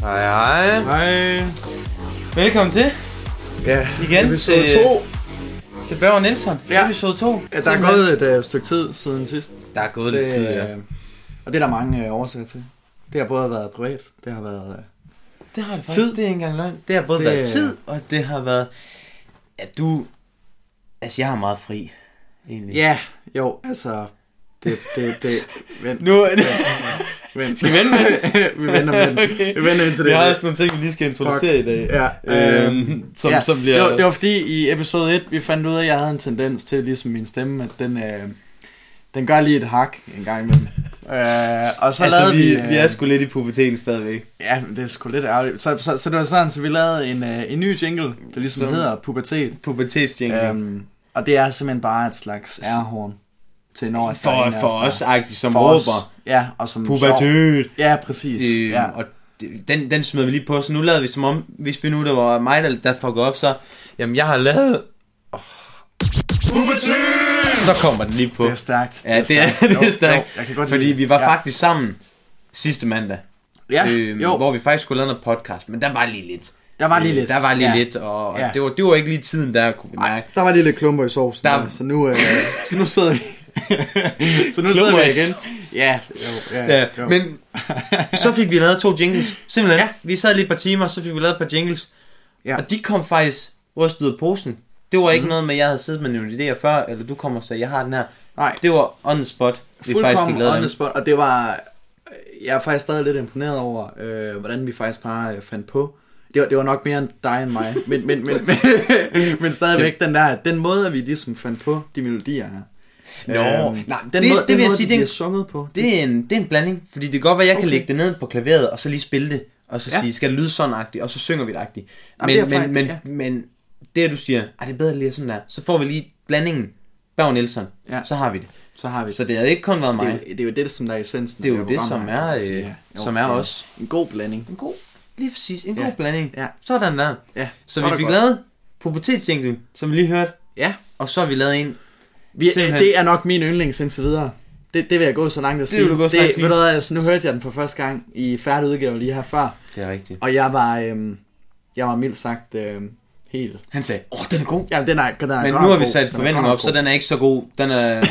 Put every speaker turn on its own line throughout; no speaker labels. Hej, hej.
Hej.
Velkommen til
Ja,
Igen
episode
til-
2.
til Børge Nielsen,
Ja.
episode 2.
Ja, der er gået et øh, stykke tid siden sidst.
Der er gået lidt tid, ja.
øh, og det er der mange øh, årsager til. Det har både været privat, det har været... Øh,
Det har det faktisk,
Tid.
tid. det er ikke engang løgn. Det har både
Det-
det... været tid, og det har været, at du, altså jeg har meget fri, egentlig.
ja, jo, altså... Det, det, det, vent,
Nu,
vent.
Skal vi vente med
vi vender med den.
Okay.
Vi vender indtil
vi
det.
har også nogle ting, vi lige skal introducere i dag.
Ja,
Øhm, som, ja. som bliver...
det, var, det var fordi i episode 1, vi fandt ud af, at jeg havde en tendens til, ligesom min stemme, at den, øh, den gør lige et hak en gang imellem. øh, og så
altså,
lavede
vi,
vi... øh,
vi er sgu lidt i puberteten stadigvæk.
Ja, men det er sgu lidt ærgerligt. Så, så, så det var sådan, så vi lavede en, øh, en ny jingle, der ligesom
Som-
hedder Pubertet.
Pubertetsjingle.
Okay. Øhm, og det er simpelthen bare et slags ærhorn til når at der er en af
for, for
der-
os, agtigt, som
altså, for
råber.
os. Ja, og som sjov.
Pubertet.
Ja, præcis.
Øh,
ja.
ja. Og det- den, den smed vi lige på, så nu lavede vi som om, hvis vi nu, der var mig, der, der fuckede op, så, jamen jeg har lavet... Oh. Så kommer den lige på.
det er stærkt.
Ja, det er, det er
Jo, jo,
stærkt,
jeg kan godt
fordi
lide.
vi var
ja.
faktisk sammen sidste mandag,
Ja,
øh,
jo,
hvor vi faktisk skulle lave noget podcast, men der var lige lidt.
der var lige
Øh,
lidt.
Der var lige
ja.
ja. lidt, og, og
Ja.
det, var, det var ikke lige tiden, der kunne vi mærke.
Der var lige lidt klumper i sovsen,
Der-
der... så, nu, øh, så nu sidder vi... så nu sidder
Klumper
vi
i
igen. Ja, jo, ja,
Ja,
jo.
men så fik vi lavet to jingles. Simpelthen. Ja. Vi sad lige et par timer, så fik vi lavet et par jingles.
Ja.
Ja. Og de kom faktisk rystet ud af posen. Det var ikke mm. noget med, at jeg havde siddet med nogle idéer før, eller du kommer og sagde, jeg har den her.
Nej.
Det var on the spot, vi faktisk fik
Fuldkommen
lavet
on the
dem.
spot, og det var... Jeg er faktisk stadig lidt imponeret over, øh, hvordan vi faktisk bare øh, fandt på. Det var, det var nok mere end dig end mig, men, men, men, men, men stadigvæk den der, den måde, at vi ligesom fandt på de melodier her. Øhm,
Nå, nej,
den
det-
måde,
det
den
vil jeg
måde,
sige,
de
det-
bliver sunget på.
Det er, en, det er en blanding, fordi det kan godt være, at jeg okay.
Okay.
kan lægge det ned på klaveret, og så lige spille det, og så
Ja.
ja. sige, skal det lyde sådan agtigt, og så synger vi det agtigt. Men,
Jamen, det er
men, men,
faktisk-
men det, du siger, at det er bedre lige at sådan der, så får vi lige blandingen. Børge Nielsen,
Ja.
ja. så har vi det.
Så har vi
Så det havde ikke kun været mig.
det, er jo, det er jo det, som der er essensen.
Det er
af
jo
her
det,
program
som
her, kan
er,
man sige.
øh,
jo,
som er
det
os.
En god blanding.
En god, lige præcis, en
Ja.
ja. god blanding.
Ja.
Sådan der.
Ja,
Så
godt
vi
og
fik
godt.
lavet pubertetsinglen, som vi lige hørte,
Ja,
og så har vi lavet en.
vi,
Simpelthen.
det er nok min yndlings indtil videre. Det, det vil jeg gå så langt at sige.
vil du gå så langt at sige.
Ved du hvad, altså, nu hørte jeg den for første gang i færdig udgave lige her før.
Det er rigtigt.
Og jeg var, øhm, jeg var mildt sagt øhm, helt...
Han sagde, åh, oh, den er god.
Ja, den er, den er
Men
godt
nu
nok
har vi
god.
sat
Den er
forventninger
godt
op,
nok
så
god.
den er ikke så god. Den er...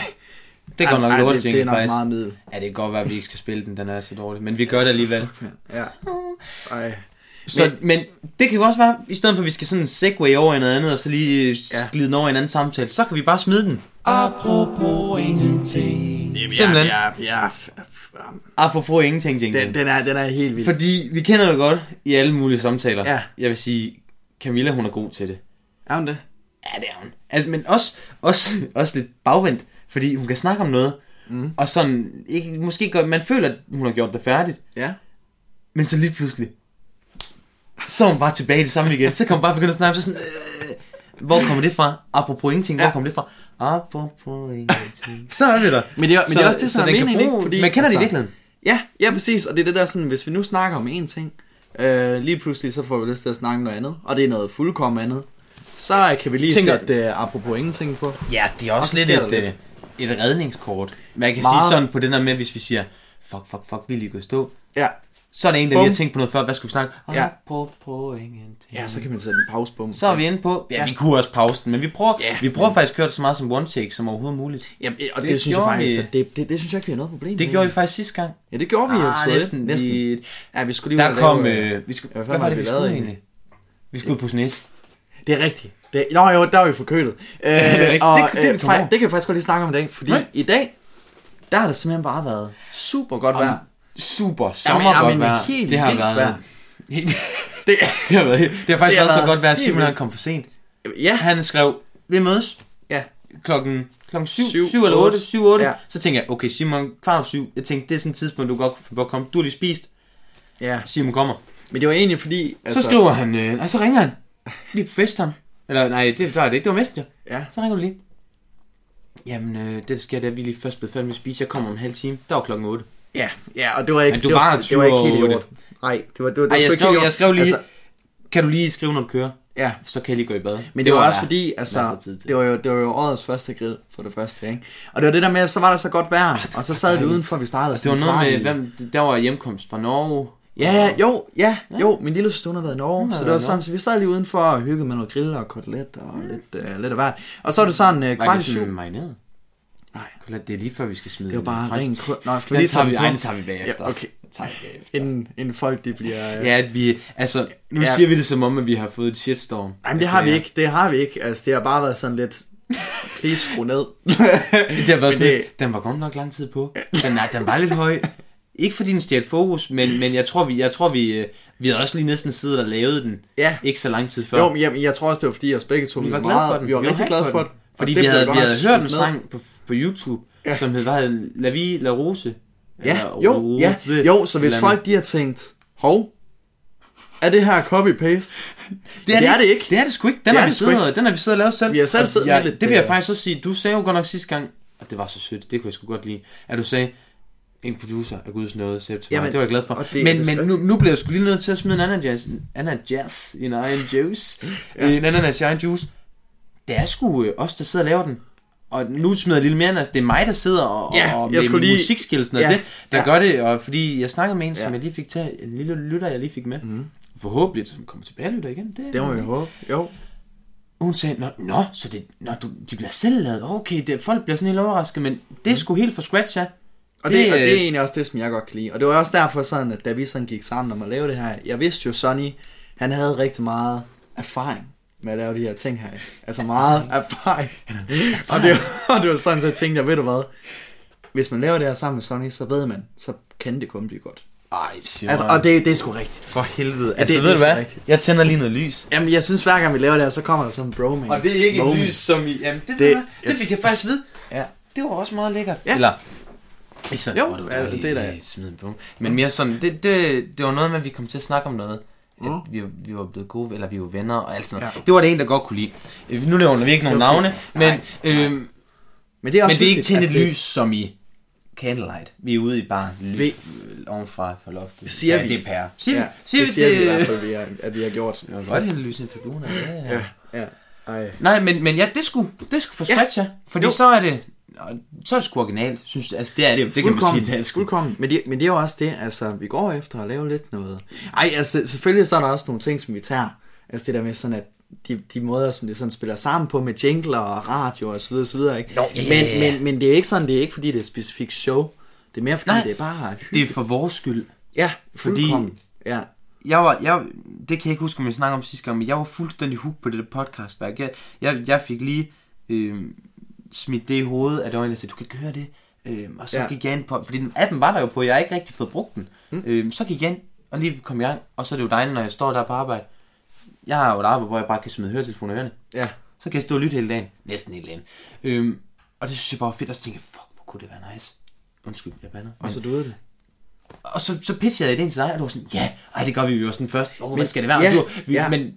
Det går
Ej,
nok
ej,
lortet,
det, det er
tænker
nok
faktisk.
meget middel.
Ja, det kan godt være, at vi ikke skal spille den, den er så dårlig. Men vi gør det alligevel.
Ja. Ej.
Så, men det kan jo også være, i stedet for at vi skal sådan segway over i noget andet, og så lige
Ja.
ja. glide den over i en anden samtale, så kan vi bare smide den.
Jamen,
Simpelthen.
Ja, ja, ja, ja.
Apropos ingenting, Jingle.
Den, den, er, den er helt vild.
Fordi vi kender det godt i alle mulige samtaler.
Ja.
Jeg vil sige, Camilla hun er god til det.
Er hun det?
Ja, det er hun. Altså, men også, også, også lidt bagvendt, fordi hun kan snakke om noget, mm. og sådan, ikke, måske gør, man føler, at hun har gjort det færdigt,
Ja.
men så lige pludselig, så er hun bare tilbage i det samme igen. Så kan hun bare begynde at snakke, så sådan, øh, hvor kommer det fra? Apropos ingenting, ja. hvor kommer det fra? Apropos ingenting. Så er vi der.
Men det er, men det er også det, som er meningen, ikke?
Fordi, man kender altså, det i virkeligheden.
Ja, ja, præcis. Og det er det der sådan, hvis vi nu snakker om én ting, øh, lige pludselig så får vi lyst til at snakke om noget andet, og det er noget fuldkommen andet. Så øh, kan vi lige Tænker...
Tænker-
sætte øh, apropos ingenting på.
Ja, det er
Og så
også lidt
sker
et,
der
øh, et redningskort. Man kan
Meget.
sige sådan på den der med, hvis vi siger, fuck, fuck, fuck, vi er lige gået i stå.
Ja.
Så er det en, der
Bum.
lige har tænkt på noget før. Hvad skulle vi snakke?
Ja.
Ja. På, på ingenting.
Ja, så kan man sætte en pausebom.
Så er vi inde på... Ja, vi kunne også pause den, men vi prøver,
Ja.
ja. vi prøver faktisk at køre det så meget som one take som overhovedet muligt.
Jamen, og det,
Det
det synes jeg
gjorde
faktisk,
vi.
at det, det, det synes jeg ikke, vi har noget problem
Det
med.
gjorde vi faktisk sidste gang.
Ja, Mm. det gjorde vi jo.
Ah,
så
næsten.
næsten.
Vi-
Ja, vi skulle lige ud
Der
og
kom...
lave,
Øh, vi skulle,
hvad
hvad,
fanden
var
var
det,
det,
vi
vi lavede
skulle egentlig? Vi skulle på snæs.
Det er rigtigt. Det, nå jo, der var vi forkølet. Øh,
er rigtigt.
og,
Det- det kan vi
øh,
komme
fej-
over.
det kan vi faktisk godt lige snakke om i dag, fordi
Nej.
i dag, der har det simpelthen bare været super godt
Om-
vejr.
Super
Jamen,
sommer godt
jamen,
vejr.
helt
Det har
vildt
været...
vejr.
det, det, har været, det har faktisk
har
været så
været
godt vejr, at
helt
Simon
vildt.
han kom for sent.
Ja,
Han skrev, vi mødes.
Ja.
Klokken, klokken 7,
Syv,
7, 7 eller
otte.
8, 7, 8.
Ja.
Ja. Så tænkte jeg, okay Simon, kvart over 7. Jeg tænkte, det er sådan et tidspunkt, du godt kunne finde på at komme. Du har lige spist.
ja.
Simon kommer.
Men det var egentlig fordi...
Altså, så skriver han, øh, nej, så ringer han. Lige på FaceTime. Eller nej, det var det ikke, det var Messenger.
Ja.
Så ringer du lige. Jamen, øh, det der sker, det er, at vi er lige først blevet færdige med at spise. Jeg kommer om en halv time. Der var klokken 8.
Ja, ja, og det var ikke...
Men du
det
var
det var
20
ikke helt i
over
orden. Nej, det var, det var, det var
Ej, jeg
sgu ikke
skrev,
helt i
jeg skrev
orden.
lige,
Altså,
altså, kan du lige skrive, når du kører?
ja,
Så kan jeg lige gå i bad.
Men det, det var, også
der
fordi, altså,
masser af tid til.
det var, jo, det var jo årets første grill, for det første, ikke? Og det var det der med, at så var der så godt vejr, og så sad vi udenfor, vi startede.
Altså, det var
sådan
noget med,
kvart i-
hvem, der var hjemkomst fra Norge.
Ja, jo, ja, jo, min lille søster hun havde været i Norge,
Hun
så
havde
det var
været i
sådan, så vi sad lige udenfor og hyggede med noget grill og kotelet og lidt, øh, lidt af hvert. Og så var det sådan øh,
Var
kvart i
det
syv.
sådan marineret?
Nej.
Kolla, det er lige før, vi skal smide
Det var
den i
bare
fryst.
ren kul. Nå, skal vi
Den
lige
tager
tage
vi,
den på?
ej, den tager vi bagefter.
Ja, okay.
Den tager vi bagefter.
Inden, inden folk de bliver... Øh... Ja.
Ja, at vi, altså, nu
Ja.
ja. siger vi det som om, at vi har fået et shitstorm.
Nej, men det har vi ikke, det har vi ikke. Altså, det har bare været sådan lidt... Please, skru ned.
Det har været
Men
sådan, det... den var godt nok lang tid på. Den, nej, den var lidt høj. Ikke fordi den stjal fokus, men, men jeg tror, vi, jeg tror vi, øh, vi havde også lige næsten siddet og lavet den.
Ja.
Ikke så lang tid før.
Jo, men jeg, jeg tror også, det var fordi, os begge to
vi var glade for den.
Vi var rigtig
hype
glade for den. Og
Fordi
det
vi
blev
havde,
godt
vi
nok
havde hørt en
skudt ned.
sang på, på YouTube,
Ja.
ja. som hed, hvad hed den? La Vie, La Rose.
Ja,
Eller
jo,
Rose,
ja. jo, så hvis
eller
folk de har tænkt, hov, er det her copy-paste?
Det er det, er det ikke.
Det
Det er det sgu ikke. Den
Det
har
er
vi
det sgu
siddet og, den har vi siddet og lavet selv.
Vi har selv
Og
siddet
jeg,
med lidt,
Det vil jeg
øh,
faktisk også sige. Du sagde jo godt nok sidste gang, og det var så sødt, det kunne jeg sgu godt lide, at du sagde, en producer er guds nåde, sagde du til
Jamen,
mig. Det var jeg glad for.
og det er
men men
desværre-
nu, nu bliver jeg sgu lige nødt til at smide en anden jazz, anden jazz i en egen juice. ja. En anden jazz i egen juice. Det er sgu øh, os, der sidder og laver den. Og nu smider jeg lidt mere, end altså, det er mig, der sidder og,
Ja,
og
jeg
med
skulle lige-
musikskillelsen og
Ja,
det, der
ja.
gør det. Og fordi jeg snakkede med en, som
Ja. Mhm.
jeg lige fik til, en lille lytter, jeg lige fik med. Mm. Forhåbentlig, som kommer tilbage og lytter igen. Det,
Det må vi håbe. Jo.
hun sagde, nå, nå så det, nå, du, de bliver selv lavet. Okay, det, folk bliver sådan helt overrasket, men det er sgu helt fra scratch, ja.
Og det, og det er
øh,
egentlig også det, som jeg godt kan lide. Og det var også derfor sådan, at da vi sådan gik sammen om at lave det her, jeg vidste jo, Sonny, han havde rigtig meget erfaring med at lave de her ting her. Altså meget erfaring. og, det var, og det var sådan, så jeg tænkte, jeg ved du hvad, hvis man laver det her sammen med Sonny, så ved man, så kan det kun blive godt.
Ej, siger
Altså, og det, det er sgu rigtigt.
for helvede.
altså, ved du hvad?
Jeg tænder lige noget lys.
Jamen, jeg synes, hver gang vi laver det her, så kommer der sådan en bromance.
Og det er ikke et
moment.
lys, som i... Jamen, det,
Det-
det, det fik jeg faktisk ved.
Ja.
Det var også meget lækkert.
Ja.
Eller, ikke sådan,
Jo,
åh, var
altså,
lige-
det er da-
lige smide en bum. Men mere sådan, det, det, det var noget med, at vi kom til at snakke om noget. At vi, vi var blevet gode, eller vi var venner og alt sådan noget.
Ja.
Det var det en, der godt kunne lide. Øh, Nu nævner vi ikke nogen navne, men... øhm,
Men det
Men
er, også
det er ikke
hyggeligt. Altså,
tændt et
det-
lys som i Candlelight. Vi er ude i bare lys
Vi-
vi... ovenfra for loftet.
Siger
ja,
vi.
det er pære. Siger,
Ja,
ja, siger
det siger vi i hvert
det...
fald, vi har, at vi har gjort.
Jeg kan godt hente lys ind fra duen. Ja, ja. ja.
Ja. Ej.
Nej, men, men ja, det skulle, det skulle for
Ja.
scratch, ja. Fordi
Jo.
så er det... og Så er det sgu originalt, synes jeg. Altså, det er det jo. Det kan man sige, det er sgu.
Fuldkommen. Men det, men det er jo også det, altså, vi går efter at lave lidt noget. Ej, altså, selvfølgelig så er der også nogle ting, som vi tager. Altså det der med sådan, at de, de måder, som det sådan spiller sammen på med jingler og radio og så videre, så videre, ikke?
Nå, ja.
men, men, men det er ikke sådan, det er ikke fordi, det er et specifikt show. Det er mere fordi,
Nej.
det er bare
Det
hyggeligt.
er for vores skyld.
Ja,
fordi-
fuldkommen. Ja.
jeg var, jeg, det kan jeg ikke huske, om jeg snakkede om sidste gang, men jeg var fuldstændig hooked på det der podcastværk. Jeg, jeg, jeg fik lige øh, smidt det i hovedet, at der var en, der sagde, du kan ikke høre det. Øh, og så
Ja.
ja. gik jeg ind på, fordi den appen var der jo på, jeg har ikke rigtig fået brugt den. Mm. Øh, så gik jeg ind, og lige kom i gang, og så er det jo dejligt, når jeg står der på arbejde. Jeg har jo et arbejde, hvor jeg bare kan smide høretelefoner i ørerne.
Ja.
Så kan jeg stå og lytte hele dagen. Næsten hele dagen. Øhm, og det synes jeg bare var fedt, og så tænkte jeg, fuck, hvor kunne det være nice. Undskyld, jeg bander.
Og så du ved det.
Og så, så pitchede jeg ideen til dig, og du var sådan, ja, ej, det gør vi jo sådan først. Åh, oh, hvad skal det være?
ja,
Ja, du, vi,
ja.
ja. Men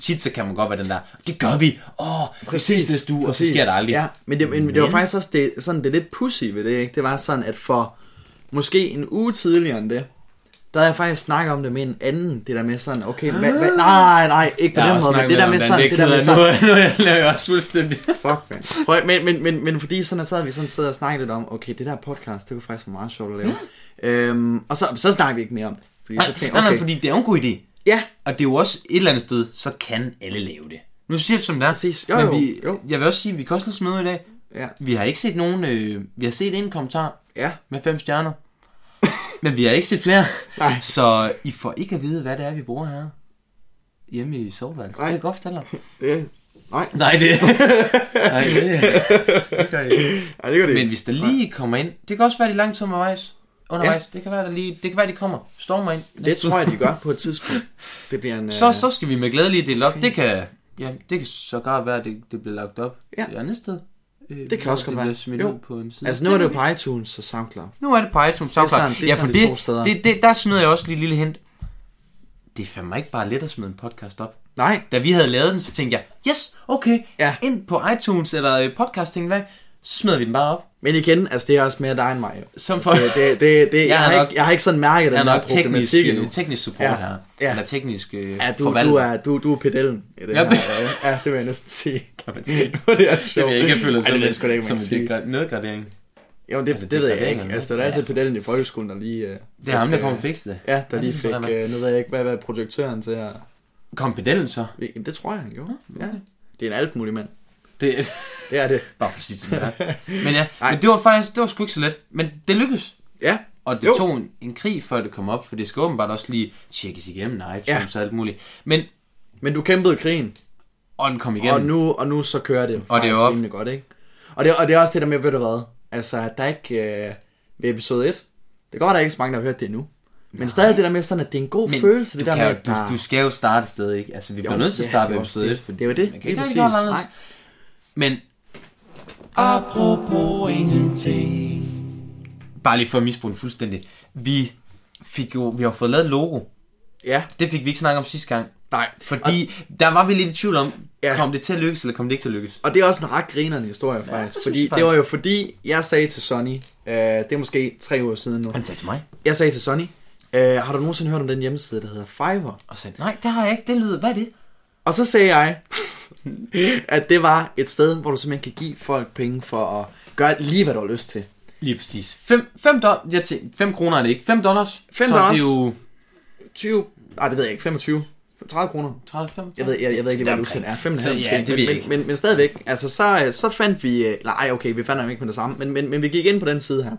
tit så kan man godt være den der, det gør vi, åh, oh, præcis næste uge, og så
præcis.
sker det aldrig.
Ja, men det, men, men det var
Men-
faktisk også det, sådan, det lidt pussy ved det, ikke? Det var sådan, at for måske en uge tidligere end det, der havde jeg faktisk snakket om det med en anden, det der med sådan, okay, hva, hva, nej, nej, ikke på
Ah. Jeg har
den
også
måde, men
snakket
det der
om,
med
den
sådan,
ikke
det der
hedder.
med sådan,
Nu, nu jeg laver jeg også fuldstændig.
fuck, man. Prøv, men, men, men, men fordi sådan, så havde vi sådan siddet og snakket lidt om, okay, det der podcast, det kunne faktisk være meget sjovt at lave. øhm, og så, så snakkede vi ikke mere om det, fordi så
Nej,
tænkte
nej,
jeg,
nej,
okay,
fordi det er jo en god idé.
ja,
Og det er jo også et eller andet sted, så kan alle lave det. Nu siger jeg det som det er.
Præcis. Jo,
men
jo,
vi,
jo.
jeg vil også sige, at vi kan også lige smide i dag.
ja,
Vi har ikke set nogen, øh, vi har set en kommentar
ja,
med fem stjerner. Men vi har ikke set flere.
Nej.
Så I får ikke at vide, hvad det er, vi bruger her. Hjemme i soveværelset. Det
Nej.
kan jeg godt fortælle dig.
det, nej,
Nej, det... Nej, det... det gør I ikke.
ja, det gør det
Men
ikke.
hvis der lige kommer ind... Det kan også være, de er langt undervejs. Undervejs. Ja. Det kan være, der lige... Det kan være, de kommer. Stormer ind.
Det
næste
tror jeg, de gør på et tidspunkt. Det bliver en...
uge. Så,
øh,
så skal vi med glæde lige dele op. Det kan... Ja, det kan så godt være, at det, det bliver lagt op
Ja.
et andet sted. Øh,
kan
hvor
også godt
bliver
være.
smidt
Jo.
ud på en side.
Altså nu er det jo på iTunes og SoundCloud.
Nu er det på iTunes
er
SoundCloud.
sådan- det er
ja,
sådan
for
de
det,
to steder.
det, det, der smider jeg også lige et lille hint. Det er fandme ikke bare let at smide en podcast op.
Nej.
Da vi havde lavet den, så tænkte jeg, yes, okay,
Ja.
ind på iTunes eller øh, podcasting, hvad? Så smider vi den bare op.
Men igen, altså det er også mere dig end mig. Jo.
Som for...
Det, det, det, det, jeg,
er
jeg, har
nok-
ikke, jeg har ikke sådan mærket
Han
den
er
der
nok teknisk,
problematik endnu.
øh, teknisk support
Ja,
ja. her.
ja.
Eller teknisk øh,
Ja, du,
forvalter.
du, er, du, du er pedellen i det
Ja,
her. øh, Ja, ja, det vil jeg næsten sige.
kan man sige.
det er
Det
sjovt.
vil jeg ikke føle
Ej, det ved jeg sgu da
som,
ikke,
som
man kan sige.
en degra- nedgradering.
Jo, men
Er
det,
det
det, ved jeg
degradering
ikke.
eller
Altså,
hvad?
det er altid pedellen i folkeskolen, der lige... øh,
Det er ham, der
fik,
kommer og
øh,
fikser det.
Ja, der
Ja,
lige
det
fik,
synes jeg, der
øh, nu ved jeg ikke, hvad, hvad projektøren til her.
Kom pedellen så.
Jamen, det tror jeg, han gjorde.
Ja.
Ja. Det er en alt mulig mand.
Det er
Det er det.
bare for at sige det der. Men ja,
Nej.
men det var faktisk, det var sgu ikke så let. Men det lykkedes.
Ja,
Og det jo.
Jo.
tog en, en krig, før det kom op, for det skal åbenbart også lige tjekkes igennem, nej, ja.
Ja.
og alt muligt. Men,
men du kæmpede krigen,
og den kom igennem.
og nu, og nu så kører det
Og det er
faktisk
op.
rimelig godt, ikke? Og det, og det er også det der med, ved du hvad, altså, at der er ikke øh, ved episode 1, det går der er ikke så mange, der har hørt det endnu. Men stadig det der med sådan, at det er en god
men
følelse, det
du,
der
kan,
med,
jo-
at
du, du skal jo starte et sted, ikke? Altså, vi bliver nødt til at
ja,
starte
det
ved
er også
episode
det.
1, for
Det er jo det.
Man kan ikke
Lige
rigtig
præcis.
gøre noget anderledes.
Nej.
Men Apropos ingenting. Bare lige for at misbruge den fuldstændig. Vi fik jo, vi har fået lavet et logo.
ja,
Det fik vi ikke snakket om sidste gang.
nej.
Fordi der var vi lidt i tvivl om, ja.
Ja.
kom det til at lykkes, eller kom det ikke til at lykkes?
Og det er også en ret grinerende historie, faktisk.
det synes
fordi
jeg
det var
faktisk.
jo fordi, jeg sagde til Sonny, øh, det er måske tre uger siden nu,
Han sagde til mig.
jeg sagde til Sonny, øh, har du nogensinde hørt om den hjemmeside, der hedder Fiverr?
Og sagde, nej, det har jeg ikke. Det lyder, hvad er det?
Og så sagde jeg, at det var et sted, hvor du simpelthen kan give folk penge for at gøre lige, hvad du har lyst til.
Lige præcis. 5 fem do- jeg tænkte, fem kroner er det ikke. 5 dollars.
Fem
så
dollars.
det er jo
20, nej det ved jeg ikke, 25, 30 kroner.
30, 35.
Jeg ved, jeg, jeg ved ikke, lige, hvad Lucien er. 5,5
Så ja,
måske.
det ved jeg
men,
ikke.
Men, men, men stadigvæk, altså så, så fandt vi... øh, Nej, okay, vi fandt ham ikke med det samme, men, men, men vi gik ind på den side her.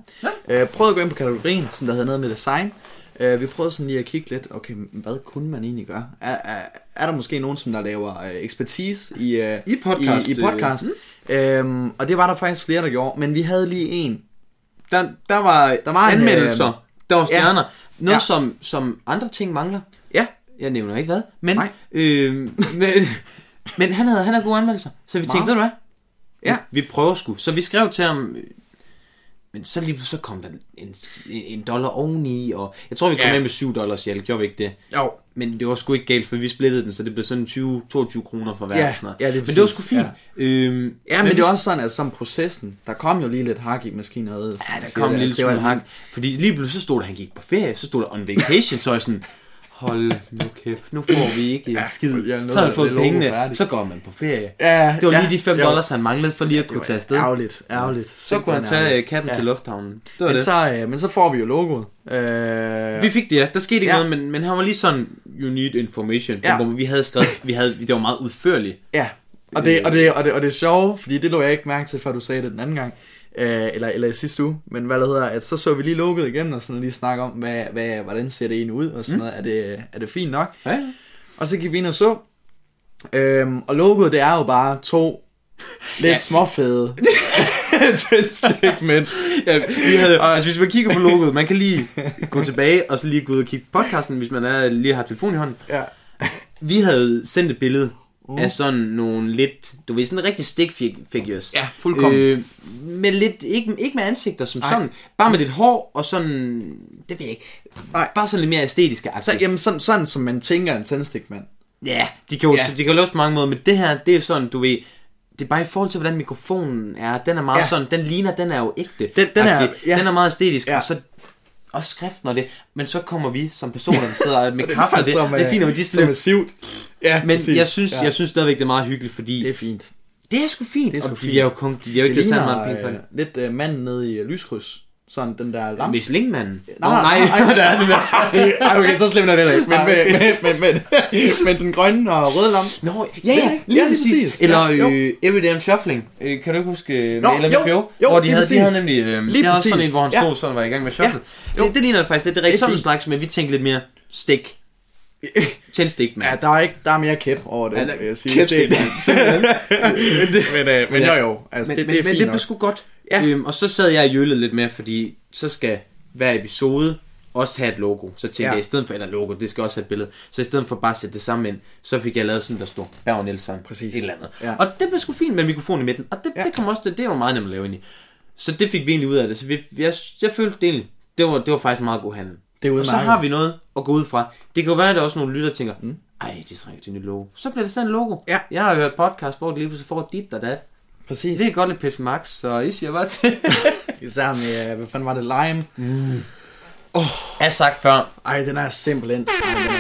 Ja. Øh, prøvede at gå ind på kategorien, som der havde noget med design. Øh, vi prøvede sådan lige at kigge lidt, okay, hvad kunne man egentlig gøre? Er, er, er der måske nogen, som der laver øh, ekspertise i, øh,
I podcast, øh,
I, i podcast? Mm. Øhm, og det var der faktisk flere, der gjorde, men vi havde lige en.
Der, der var, der var
var en, øh,
anmeldelser. der var
ja.
stjerner. Noget,
Ja.
som, som andre ting mangler.
Ja,
Jeg nævner ikke hvad. Men,
Nej.
øh, men, men han, havde, han havde gode anmeldelser. Så vi tænkte,
Meget.
ved du hvad?
Ja.
Vi prøver sgu. Så vi skrev til ham... øh, Men så lige pludselig så kom der en, en dollar oveni, og jeg tror, vi kom
Ja.
ja. med med 7 dollars i alt. Gjorde vi ikke det?
jo.
Men det var sgu ikke galt, for vi splittede den, så det blev sådan 20-22 kroner for hver.
Ja,
og sådan noget.
ja, det er
men det var sgu
præcis,
fint. Ja. Øhm,
Ja, men, men
vi
det var også sådan, at som processen, der kom jo lige lidt hak i maskineriet. som
Ja,
man
der
siger.
kom en
Altså,
lille
det var
smule hak. Fordi lige pludselig så stod der, at han gik på ferie, så stod der on vacation, så er jeg sådan, hold nu kæft, nu får vi ikke en skid.
jeg nåede
så har han
at
fået
lave logo
pengene,
færdigt.
så går man på ferie.
Ja,
det var lige
ja,
de 5
jo.
dollars, han manglede for lige at kunne tage afsted.
Ærgerligt, ærgerligt.
Så kunne han
Simpelthen ærgerligt.
tage øh, katten
Ja.
til lufthavnen. Det var
Men
det.
så, øh, men så får vi jo logoet. Øh,
Vi fik det, ja. Der skete ikke
Ja.
noget, men, men han var lige sådan, you need information.
Ja.
Hvor vi havde skrevet, vi havde, det var meget udførligt.
ja, og det, og, det, og, det, og det er sjovt, fordi det lå jeg ikke mærke til, før du sagde det den anden gang. Øh, eller, eller i sidste uge, men hvad det hedder, at så så vi lige logoet igennem og sådan lige snakke om, hvad, hvad, hvordan ser det egentlig ud og sådan mm. noget. Er det, er det fint nok?
Ja.
Og så gik vi ind og så. Øhm, og logoet, det er jo bare to lidt
Ja.
ja. småfede tændstikmænd.
Ja, vi havde, altså hvis man kigger på logoet, man kan lige gå tilbage og så lige gå ud og kigge på podcasten, hvis man er, lige har telefon i hånden.
Ja.
Vi havde sendt et billede uh. af sådan nogle lidt, du ved, sådan rigtig stick fig- figures.
Ja, fuldkommen.
Øh, med lidt, ikke, ikke med ansigter som Ej. sådan, bare med lidt hår og sådan, det ved jeg ikke, Ej. bare sådan lidt mere æstetiske
Så,
aktivt.
jamen, sådan, sådan som man tænker en tændstikmand.
Ja, de kan jo,
Ja.
ja. de kan jo laves på mange måder, men det her, det er jo sådan, du ved, det er bare i forhold til, hvordan mikrofonen er. Den er meget ja.
Ja.
sådan, den ligner, den er jo ægte.
Den- den er-
Agtig.
ja.
den er meget æstetisk, ja.
Ja.
og så også skriften og det. Men så kommer vi som personer, der sidder med kaffe og det.
som,
Det er fint, at de
som
sidder.
massivt. Ja,
Men
præcis.
jeg synes,
ja.
ja. jeg synes stadigvæk, det er meget hyggeligt, fordi
det er
det,
fint.
det er sgu fint. Det er sgu
er sgu
og de
fint.
bliver jo kun, de bliver jo
Det
ikke givet særlig meget
ligner
penge for
øh,
det.
lidt øh, manden nede i øh, lyskryds. Sådan den der lampe.
Miss Lingman. Nå,
nej,
nej,
nej, nej.
der er det med.
Ej, okay, så slemt er det heller ikke. Men,
Nej, okay.
men, men, men, men, men den grønne og røde lampe.
Nå, ja, ja, lige, ja,
Ja, lige
præcis.
præcis.
Eller
Ja, jo.
øh, Every Damn Shuffling. Øh, kan du ikke huske øh,
Nå,
med Ellen
jo,
McFeo?
jo,
Hvor de
lige
havde, de
præcis.
havde nemlig... Øh,
Lige
det er også sådan en,
præcis.
hvor han
Ja.
stod sådan og var i gang med at shuffle. Ja.
jo.
Det, det ligner det faktisk lidt. Det er rigtig
Det er
sådan en
fint.
slags, men vi tænkte lidt mere stik. Tændstik, mand.
Ja, der er, ikke, der er mere kæp over det,
Ja,
ja,
der-
vil jeg sige.
kæpstik,
det, men, det, men, øh, men
Ja.
jo jo, altså
men,
det,
men,
det er
men
fint
det blev
nok.
sgu godt. Ja.
Ja.
Øhm, og så sad jeg og jølede lidt mere, fordi så skal hver episode også have et logo. Så tænkte ja.
Ja.
jeg, i stedet for, eller logo, det skal også have et billede. Så i stedet for bare at sætte det sammen ind, så fik jeg lavet sådan, der stod Berg Nielsen.
Præcis.
Et eller andet. Ja.
Ja.
Og det blev sgu fint med mikrofon i midten. Og det, ja.
Ja.
det kom også, det, det var meget nemt at lave ind i. Så det fik vi egentlig ud af det. Så vi, jeg, jeg følte det egentlig, det var, det var faktisk en meget god handel.
Det er
og så
udmærket.
har vi noget at gå ud fra. Det kan jo være, at der er også nogle lytter, der tænker, mm. ej, de trænger til et nyt logo. Så bliver det sådan et logo.
Ja.
Jeg har hørt podcast, hvor de lige pludselig får dit og dat.
Præcis.
Det er godt lidt Pepsi Max, så I siger bare til.
Især med, øh, hvad fanden var det, lime? Mm.
Jeg har sagt før,
Ej, den er simpelthen... Ej, den er konge.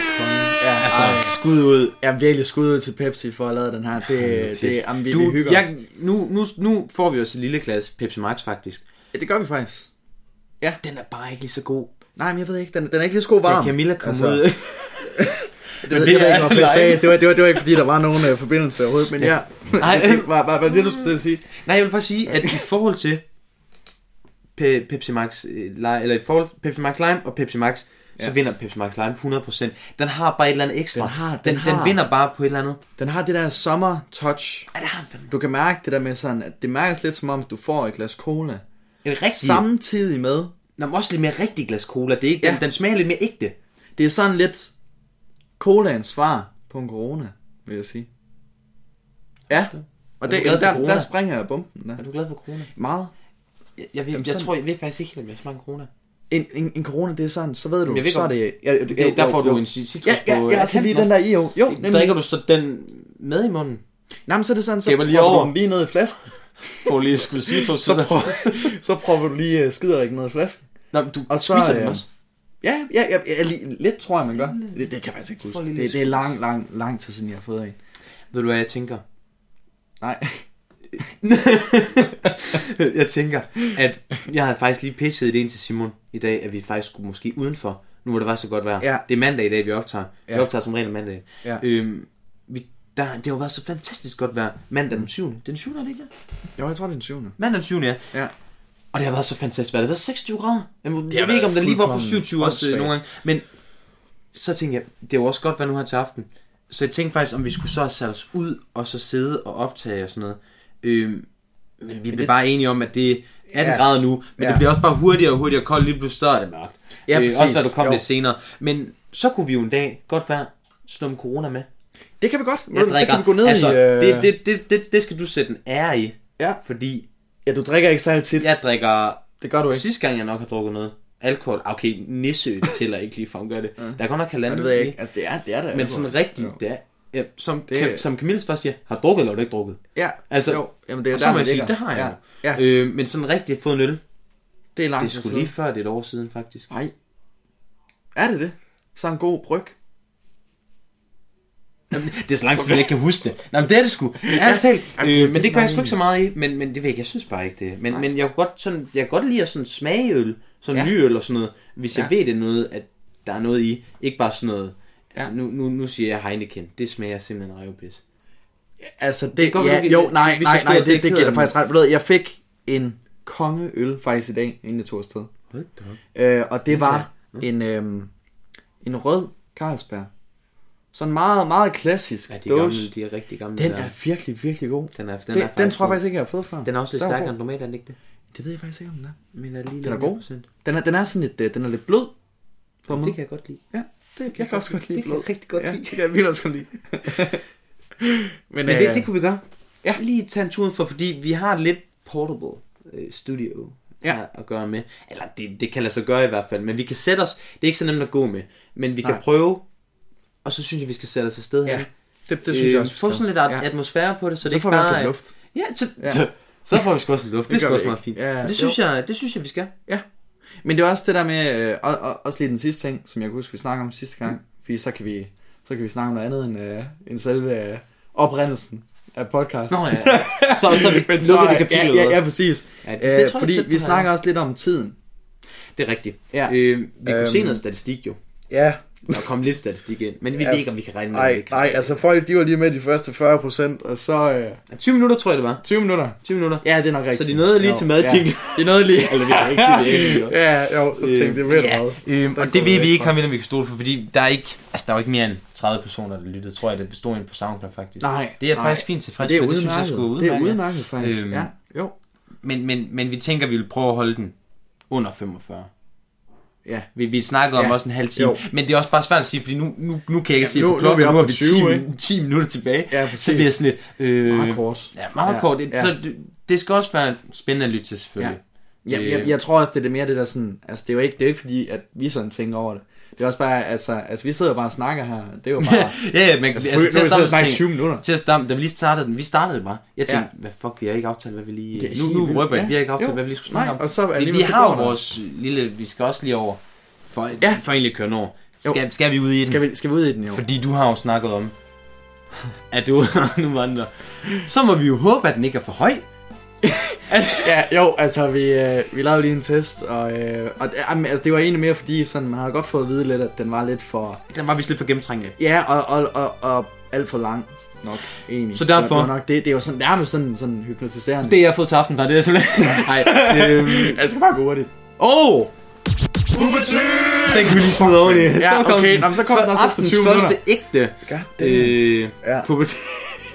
Ja, altså, ej, skud ud. Jeg er virkelig skud ud til Pepsi for at lave den her. Det, det, jamen, vi, vi
du,
hygger
jeg,
os.
nu, nu, nu får vi os en lille glas Pepsi Max faktisk.
Ja, det gør vi faktisk.
Den er bare ikke lige så god.
Nej, men jeg ved ikke, den, den er ikke lige så god varm.
Da Camilla kom
Altså,
ud.
det, det, det, det,
er
det, det,
lime.
sagde. det, var, det, var, det var ikke, fordi der var nogen øh, forbindelse overhovedet, men ja.
Nej.
det var, var, var det, du skulle til at sige.
Nej, jeg vil bare sige, at i forhold til Pe- Pepsi Max, øh, Lime- eller i forhold til Pepsi Max Lime og Pepsi Max, så
Ja.
vinder Pepsi Max Lime 100%. Den har bare et eller andet ekstra.
Den har-
den,
den
den
har.
vinder bare på et eller andet.
Den har det der sommer-touch.
Ja, det har den fandme.
Du kan mærke det der med sådan, at det mærkes lidt som om, du får et glas cola.
En rigtig... Samme...
Samtidig med,
Nå, men også lidt mere rigtig glas cola. Det er ikke, ja. den,
Ja.
den smager lidt mere ægte.
det er sådan lidt colaens svar på en corona, vil jeg sige. Ja, og
Er
det,
du glad for
der,
corona?
der springer jeg bomben der.
Er du glad for corona?
Meget.
Jeg, jeg, ved,
Jamen,
jeg
sådan-
tror, jeg ved faktisk ikke helt, om jeg smager en corona.
En, en, en corona, det er sådan, så ved du,
jeg ved
så er
godt-
det... Ja, det- jo,
Det, der
jo,
får
jo.
du en cit- citrus
Ja, ja,
på... øh,
jeg har set lige den der i, jo. Jo,
Nemlig. Drikker du så den med i munden?
Nej, men så er det sådan, så
Skipper lige
propper
over.
du den lige ned i flasken.
Får lige skud citrus
Så, prøver, så prøver du lige uh, skiderikken ned i flasken.
Nå, men du
Og så,
spiser den
øh,
også.
Ja, ja, ja, ja lige, lidt tror jeg, man gør. Det, det kan man altså ikke
Får
huske.
lige
Det,
lidt
det er lang, lang, lang tid siden, jeg har fået en.
Ved du, hvad jeg tænker?
Nej.
jeg tænker, at jeg havde faktisk lige pitchet ideen til Simon i dag, at vi faktisk skulle måske udenfor, nu hvor det var så godt vejr.
Ja.
Det er mandag i dag, vi optager. Vi
Ja.
optager som regel mandag.
Ja.
Øhm, vi, der, det har jo været så fantastisk godt vejr mandag den 7. Den 7. er det ikke det?
Jo, jeg tror, det er den syvende.
Mandag den 7. ja.
Ja.
Og det har været så fantastisk vejr. Det har været 26 grader. Jamen, jeg
har
ved ikke, om
været
den lige var på
fuldkommen
27 også øh,
åndssvagt.
nogle gange. Men så tænkte jeg, det var også godt vejr nu her til aften. Så jeg tænkte faktisk, om vi skulle så have sat os ud og så sidde og optage og sådan noget. Øhm, men vi blev
det-
bare enige om, at det er 18
Ja.
grader nu, men ja. det
Ja.
bliver også bare hurtigere og hurtigere koldt, lige pludselig så er det mørkt. Øh,
Ja, præcis.
Også når du kom jo.
Jo.
lidt senere. Men så kunne vi jo en dag godt være stumme corona med.
Det kan vi godt.
Jeg
Men så kan vi gå ned
altså,
i... øh,
det, det, det, det, det skal du sætte en ære i,
Ja.
fordi
ja, du drikker ikke særlig tit. Ja.
jeg drikker
Det gør du ikke.
Sidste gang jeg nok har drukket noget alkohol, ah, okay, nisseøl tæller ikke lige for, hun gør det. Der er godt nok
Ja,
halvanden.
det ved jeg
i,
ikke. Altså, det er, det er da
Men
alvor.
sådan rigtigt,
Jo.
det er, ja, som,
Det-
det... som Camilles først siger, har du drukket eller har du ikke drukket?
Ja,
Altså,
altså, jo, jamen det er
Og så må
den
jeg sige,
ligger.
det har jeg
Ja,
ja.
ja.
Øh, men sådan rigtigt fået en øl,
det er
det er
langt
sgu lige før, det er et år siden faktisk.
Nej. Er det det? Så en god bryg.
Jamen, det er så lang tid, jeg ikke kan huske det. Nå, men det er det sgu. Ærligt talt.
det er
Øh, men det
vildt
gør jeg
meget
sgu ikke så meget i, men, men det ved jeg, ikke, jeg synes bare ikke det. Men, men jeg, kunne godt sådan, jeg kan godt lide at sådan smage øl, sådan ja.
Ja.
nyøl og sådan noget, hvis jeg
Ja.
ved det er noget, at der er noget i. Ikke bare sådan noget, altså nu, nu, nu siger jeg Heineken, det smager simpelthen røvpis.
Altså, det,
kan godt være,
ja,
du kan-
jo, nej,
hvis jeg
nej,
stod
nej,
og
det, det,
dækkede
giver
den.
dig faktisk ret. Ved du hvad, Jeg fik en kongeøl faktisk i dag, inden jeg tog afsted.
Hold da op.
Øh, og det var en, øhm, en rød Carlsberg. Sådan meget, meget klassisk
Ja, de er gamle,
dåse.
de er rigtig gamle.
Den
der.
er virkelig, virkelig god.
den er, den,
Den,
er
det, den tror jeg
god.
faktisk ikke, jeg har fået før.
Den er også lidt
Den var
stærkere
god.
end normalt, er den ikke det?
Det ved jeg faktisk ikke, om den er.
Men er lige
Den er
lidt
god.
100%.
Den er, den er sådan lidt, øh, den er lidt blød. På en måde.
Det kan jeg godt lide.
Ja, det, jeg kan også godt lide
det kan
blod.
jeg rigtig godt
ja,
lide.
Det kan jeg virkelig også godt lide. Men,
Men
øh,
det, det kunne vi gøre. Ja.
Ja.
Lige tage en tur for, fordi vi har et lidt portable øh, studio
Ja.
her at gøre med. Eller det, det kan lade sig gøre i hvert fald, men vi kan sætte os. Det er ikke så nemt at gå med, men vi kan
Nej.
prøve. Og så synes jeg, vi skal sætte os afsted her.
ja, det, det synes jeg også.
Få
vi skal.
Øh, sådan lidt at-
Ja.
atmosfære på det, så, det
Så
ikke
får vi
bare...
også lidt
er-
luft.
Ja, så,
Ja.
så, så får vi sgu også lidt luft. Det, det
gør
skal
vi
også meget
ikke.
fint.
Ja,
Men
jo.
det, synes jeg, det synes jeg, vi skal.
Ja. Men det er også det der med, øh, og, og, også lige den sidste ting, som jeg kunne huske, vi snakkede om sidste gang. Fordi så kan vi, så kan vi snakke om noget andet end, øh, end selve øh, oprindelsen af podcasten.
Nå ja. Så, så er vi
Men
lukket
så,
det kapitel.
ja, ja, ja, præcis.
Ja,
Ja,
det-
det,
det tror
det,
jeg, vi
øh, fordi
sætter
vi
på
snakker også lidt om tiden.
Det er rigtigt.
Ja.
Øh, vi kunne se
Øhm.
noget statistik jo.
Ja,
Der kom lidt statistik ind, men vi
Ja.
ved ikke, om vi kan regne med det.
nej, nej, altså folk, de var lige med de første 40 procent, og så øh,
20 minutter, tror jeg, det var.
20 minutter.
20 minutter.
Ja, det er nok rigtigt.
Så de nåede lige
Jo,
til madjingle.
Ja. Altså, De nåede lige.
Eller vi har ikke, det ved jeg ikke.
ja, jo, så tænkte jeg, ved du hvad?
øhm,
Der
og det
går
ved
vi
vi
væk
ikke,
fra.
om vi kan stole på, fordi der er ikke, altså, der er jo ikke mere end 30 personer, der lyttede, tror jeg, det bestod ind på SoundCloud faktisk.
Nej,
Det er jeg
nej.
faktisk fint tilfreds
Det er
med, det
udmærket.
synes jeg skulle
Det er
udmærket.
udmærket, faktisk.
Øhm,
ja, jo.
Men, men, men vi tænker, vi vil prøve at holde den under 45.
Ja.
Vi, vi snakkede om
Ja.
også en halv time,
Jo.
men det er også bare svært at sige, fordi nu, nu, nu kan jeg ikke
Ja,
se
nu-
på
nu er
klokken,
vi
nu
oppe
har
på
vi
20,
10, 10 minutter tilbage,
Ja,
så bliver jeg sådan lidt... Øh,
Meget kort.
Ja, meget ja,
Ja,
kort. Det, ja.
ja.
Så det, det skal også være spændende at lytte til, selvfølgelig.
Ja, jeg, jeg, jeg tror også, det er det mere det der sådan, altså det er jo ikke, det er jo ikke fordi, at vi sådan tænker over det. Det er også bare, altså, altså vi sidder jo bare og snakker her. Det er jo bare...
ja, ja, men altså,
altså,
til
nu
at starte
sidder vi snakke
med
20
ting.
minutter.
Til at starte, da vi lige startede den, vi startede bare. Jeg tænkte,
Ja.
ja. hvad fuck, vi har ikke aftalt, hvad vi lige...
Det er
nu,
helt
nu
vildt.
røber jeg,
Ja.
vi har ikke aftalt,
Jo.
hvad vi lige skulle
Nej,
snakke om.
og så er
vi,
alligevel
vi
så
har
går
jo
der.
vores lille... Vi skal også lige over. For,
Ja.
ja. for egentlig at køre den over.
Jo.
Skal, skal vi ud i den?
Skal vi, skal vi ud i den, jo?
Fordi du har jo snakket om, at du har nogle andre. Så må vi jo håbe, at den ikke er for høj.
Ja, jo, altså vi, øh, vi lavede lige en test, og, øh, og jamen, altså, det var egentlig mere fordi, sådan, man havde godt fået at vide lidt, at den var lidt for...
Den var vist lidt for gennemtrængende.
Ja, og, og, og, og alt for lang nok, egentlig.
Så derfor-
Det var, nok, det, det var sådan, nærmest sådan, sådan hypnotiserende.
Det jeg har fået til aften, var det er simpelthen... Nej, øhm...
jeg skal bare gå hurtigt.
Åh! Oh! Den kunne vi lige smide oven i.
Ja,
Så kom
okay.
den.
Nå, men så kom den
For
også efter
aftens
20 minutter.
første ægte øh,
Ja.
pubertet.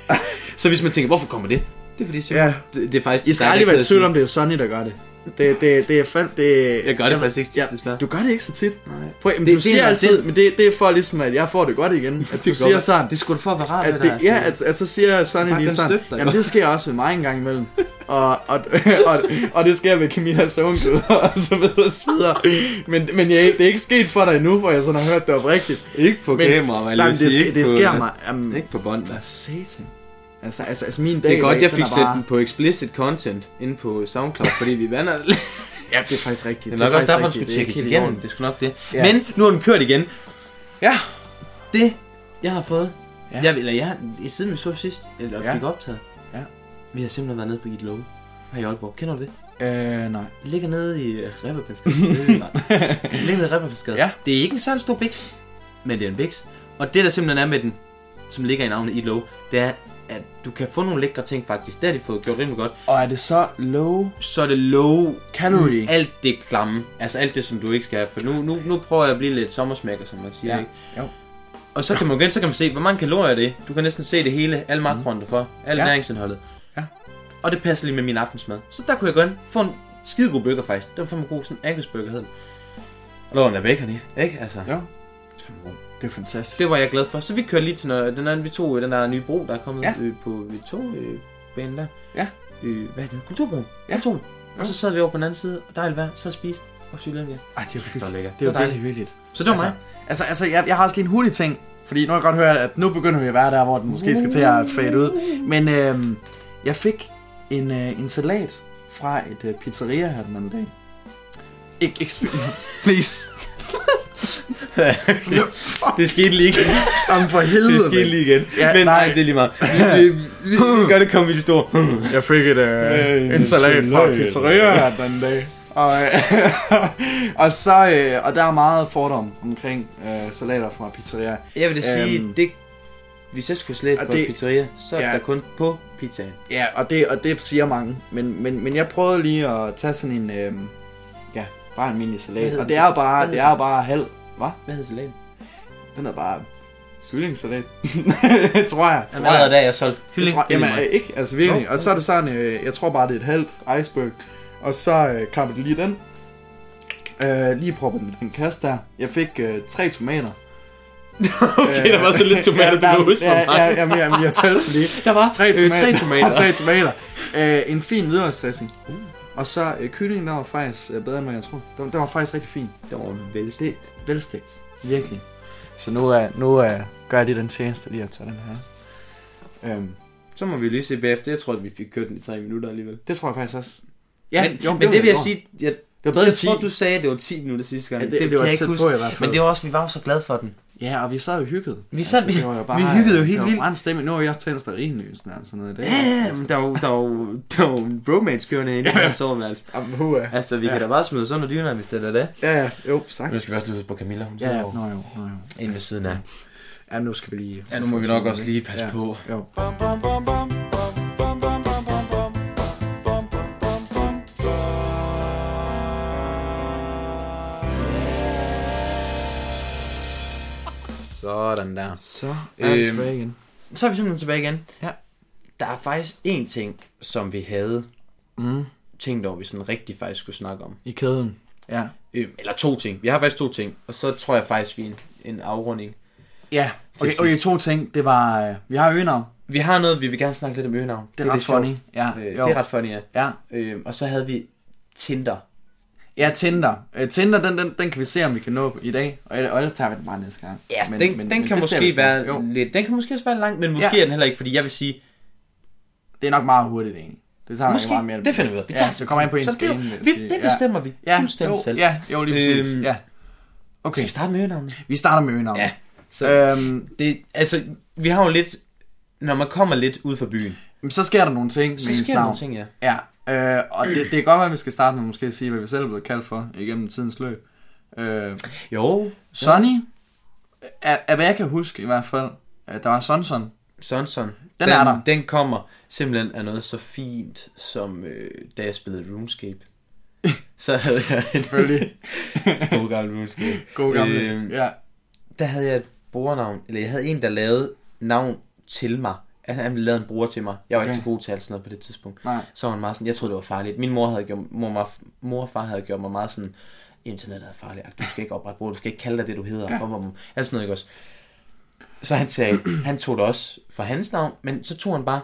så hvis man tænker, hvorfor kommer det? Det er fordi, så...
Ja.
det, det er faktisk...
I skal
der er
aldrig
ikke
være i
noget
tvivl
at
om, det er Sonny, der gør det. Det, det, det er fandt, det...
Jeg gør det faktisk ikke tit,
ja,
desværre.
Du gør det ikke så tit.
Nej.
Prøv, men
Det
det,
er fint,
du siger
men
altid, men det, det er for ligesom, at jeg får det godt igen. At du
sige.
siger sådan,
Det skulle for at være rart,
at
det,
det,
der,
ja, at, at så siger Sonny
Bare
lige
den
sådan,
støtte dig,
jamen
jo."
det sker også ved mig en gang imellem. og, og, og, og, det sker ved Camillas onkel, og så videre og så videre. Men, men jeg, det er ikke sket for dig endnu, hvor jeg sådan har hørt det oprigtigt.
Ikke på kamera,
men,
man
nej, men det, sker- det sker mig. Jamen,
Ikke på bånd, hvad?
satan. Altså, altså, altså min dag
Det er
i
godt,
dag,
jeg
den
fik
er
sat
bare-
den på explicit content inde på SoundCloud, fordi vi vander det lidt.
Ja, det er faktisk rigtigt.
Det er nok også
faktisk
derfor, den
rigtigt.
skulle
Det er
tjekkes
ikke helt i
igen.
orden.
Det skulle nok det.
Ja.
Men nu har den kørt igen.
Ja.
Det, jeg har fået.
Ja.
Ja. Jeg, eller jeg, siden vi så sidst, eller
Ja.
ja. fik optaget,
Ja.
vi har simpelthen været nede på Eat Low her i Aalborg. Kender du det?
Øh, nej.
Det ligger nede i uh, Rebberbensgade. det ligger nede i Rebberbensgade.
Ja.
Det er ikke en særlig stor biks, men det er en biks. Og det, der simpelthen er med den, som ligger i navnet Eat Low, det er, at du kan få nogle lækre ting faktisk. Det har de fået gjort rimelig godt.
Og er det så low?
Så er det low
Calorie.
alt det klamme, altså alt det, som du ikke skal have, for nu, nu, nu prøver jeg at blive lidt sommersmækker, som man siger,
Ja,
ikke?
jo.
Og så kan man igen, så kan man se, hvor mange kalorier det er. Du kan næsten se det hele, alle makroerne for, alle
Mm. Ja.
ja. næringsindholdet.
Ja.
Og det passer lige med min aftensmad. Så der kunne jeg gå ind, få en skide god burger faktisk. Det var fandme god, sådan en Angus-burger hed den. Og der var den af bacon i, ikke? Altså,
Jo.
Det er fandme god.
Det er fantastisk.
Det var jeg glad for. Så vi kørte lige til noget, den anden, vi tog øh, den der nye bro, der er kommet
Ja.
ja. øh, på vi tog øh, banen der.
Ja.
Øh, hvad er det? Kulturbroen.
Ja.
Ja. Kulturbroen.
Ja.
Og så sad vi over på den anden side, og dejligt vejr, så og spiste og cyklede igen.
Ej, det er jo
Det var lækkert.
Det er
Det
jo
var
virkelig hyggeligt.
Så det var
altså,
mig.
Altså, altså jeg, jeg har også lige en hurtig ting, fordi nu kan jeg godt høre, at nu begynder vi at være der, hvor den måske skal til at fade ud. Men øhm, jeg fik en, øh, en salat fra et øh, pizzeria her den anden dag. Ikke, ikke spil mig. please.
Det skete lige igen.
Om for helvede.
Det skete
mand.
lige igen.
Ja,
Ja, Men
nej.
nej, det er lige meget. Vi, vi, vi, vi gør det komme i det store.
Jeg fik et, øh,
Øh,
en salat
salat.
fra pizzeria her den dag. Og, øh, og, så, øh, og der er meget fordom omkring øh, salater fra pizzeria.
Jeg vil da sige,
Øhm.
det, hvis jeg skulle slæde
Og
på
det-
det, pizzeria, så er
Ja.
ja. der kun på pizzaen.
Ja, og det, og det siger mange. Men, men, men jeg prøvede lige at tage sådan en, øh, ja, bare almindelig
Hvad
salat.
hedder
Og det
den
er
så?
jo bare,
Hvad
det
hedder
er jo bare halv, hvad?
Hvad hedder salaten?
Den er bare kyllingssalat. tror jeg.
Jamen,
Tror jeg.
allerede der er jeg solgt.
Jeg
Kylling,
tror,
det er
jamen,
lige
øh,
mig.
ikke, altså virkelig.
Nå,
og så er det sådan, øh, jeg tror bare, det er et halvt iceberg. Og så øh, kapper det lige den. Øh, lige propper den i den kasse der. Jeg fik øh, tre tomater.
Okay, der var så lidt tomater, du kan huske
ja,
for mig.
Ja, ja, men jeg, jeg talte lige.
Der var øh,
Tre tomater.
tre tomater.
tre tomater. Øh, en fin hvidløgsdressing. Og så øh, kyllingen, der var faktisk øh, bedre, end hvad jeg troede. Den, den var faktisk rigtig fin.
Det var velstegt.
Velstegt. Virkelig. Så nu, er, nu er, gør jeg lige den tjeneste lige at tage den her. Øhm,
Så må vi lige se bagefter. Jeg tror, at vi fik kørt den i tre minutter alligevel.
det tror jeg faktisk også.
Ja, men, jo, men det, det vil jeg sige, jeg,
Det var bedre
jeg
end 10.
tror, du sagde, at det var 10 minutter sidste gang.
Ja, det, det, det var
kan jeg
tæt
ikke
på i hvert fald.
Men det var også, vi var jo så glade for den.
Ja, og vi sad jo hygget.
Vi sad- vi-
det var jo
vi hyggede jo helt
det var
vildt.
bare en stemme. Nu har vi også tændt sterinlys og sådan noget Altså, i dag.
men der var jo der var, der var en romance kørende inde i vores soveværelse.
Ja,
Altså, vi
Ja.
kan da bare smide os under dyrene, hvis det er det.
ja, ja, jo, sagt.
også lytte på Camilla, hun
Ja, ja, nå jo, nå jo.
inde ved siden af.
Ja, nu skal vi lige...
Ja, nu må vi nok også lige passe
Ja.
ja. på.
Jo.
Sådan der.
Så er vi
Øhm,
tilbage igen.
Så er vi simpelthen tilbage igen.
Ja.
Der er faktisk én ting, som vi havde
Mm.
tænkt over, vi sådan rigtig faktisk skulle snakke om.
I kæden. Ja.
Øh, eller to ting. Vi har faktisk to ting. Og så tror jeg faktisk, vi er en, en afrunding.
Ja, okay,
sidst.
okay, to ting. Det var, øh, vi har øgenavn.
Vi har noget, vi vil gerne snakke lidt om øgenavn.
Det er ret
lidt sjovt.
funny. Ja,
Øh,
jo.
det er ret funny, ja.
Ja,
Øh, og så havde vi Tinder.
Ja, Tinder. Øh, Tinder, den, den, den kan vi se, om vi kan nå i dag. Og og ellers tager vi den bare næste gang.
Ja, men, den, den kan
det ser vi
måske
på.
være
Jo,
lidt, den kan måske også være lang, men måske
Ja.
er den heller ikke, fordi jeg vil sige,
det er nok meget hurtigt egentlig. Det tager
måske,
ikke meget mere.
det finder vi ud af. Vi
Ja, så kommer jeg på en
Så det, er jo-
screening, vil jeg
vi,
sige.
det
Ja.
bestemmer vi.
Ja,
Du bestemmer
jo,
selv.
ja, jo, lige præcis.
Øhm,
ja. Okay,
Skal vi starte med øgenavnet?
vi starter med øgenavn.
Ja.
Så, øhm,
Det, altså, vi har jo lidt, når man kommer lidt ud fra byen,
så sker der nogle ting med
så
ens
sker der
navn.
nogle ting, ja.
Ja, øh, og det, det kan godt være, at vi skal starte med måske at sige, hvad vi selv er blevet kaldt for igennem tidens løb. Øh,
Jo,
Sonny, af, af hvad jeg kan huske i hvert fald, at der var Sonson.
Sonson. Den,
er der.
Den kommer simpelthen af noget så fint, som øh, da jeg spillede RuneScape. Så havde jeg
Selvfølgelig.
god gammel RuneScape.
God gamle.
Øhm,
Øh, ja.
Der havde jeg et brugernavn, eller jeg havde en, der lavede navn til mig. Altså, han lavede en bruger til mig. Jeg var okay.
Okay.
ikke så god til alt sådan noget på det tidspunkt.
Nej.
Så var han meget sådan, jeg troede, det var farligt. Min mor, havde gjort, mor, og mig- mor og far havde gjort mig meget sådan, internettet er farligt, du skal ikke oprette bruger, du skal ikke kalde dig det, du hedder. Ja. Bum, bum, bum. Alt sådan noget, ikke også? Så han sagde, han tog det også for hans navn, men så tog han bare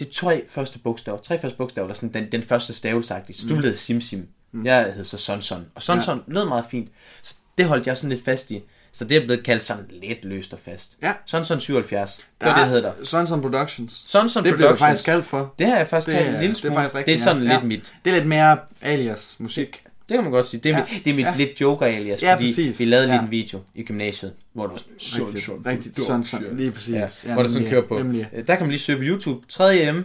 de tre første bogstaver, tre første bogstaver, eller sådan den, den første stavelsagtige. Så du mm. hed Simsim, mm. jeg hed så Sonson. Og Sonson ja. lød meget fint, så det holdt jeg sådan lidt fast i. Så det er blevet kaldt sådan lidt løst og fast.
Ja.
Sonson 77, det var det, det hed der.
Sonson Productions.
Sonson
det blev du
Productions.
faktisk kaldt for.
Det har jeg faktisk
Det
kaldt
er-
en lille
det er
smule.
faktisk rigtigt,
det er sådan
ja.
lidt
Ja.
mit
Det er lidt mere alias musik.
Det kan man godt sige. Det er, ja. mit, det er mit ja. lidt joker alias,
Ja,
fordi
præcis.
vi lavede ja.
Ja.
lidt en video i gymnasiet, hvor det var sådan, sådan, sådan,
Rigtigt, Sonson. Lige præcis.
ja, hvor det sådan
nemlig,
kører på.
Nemlig.
Øh, Der kan man lige søge på YouTube, 3M,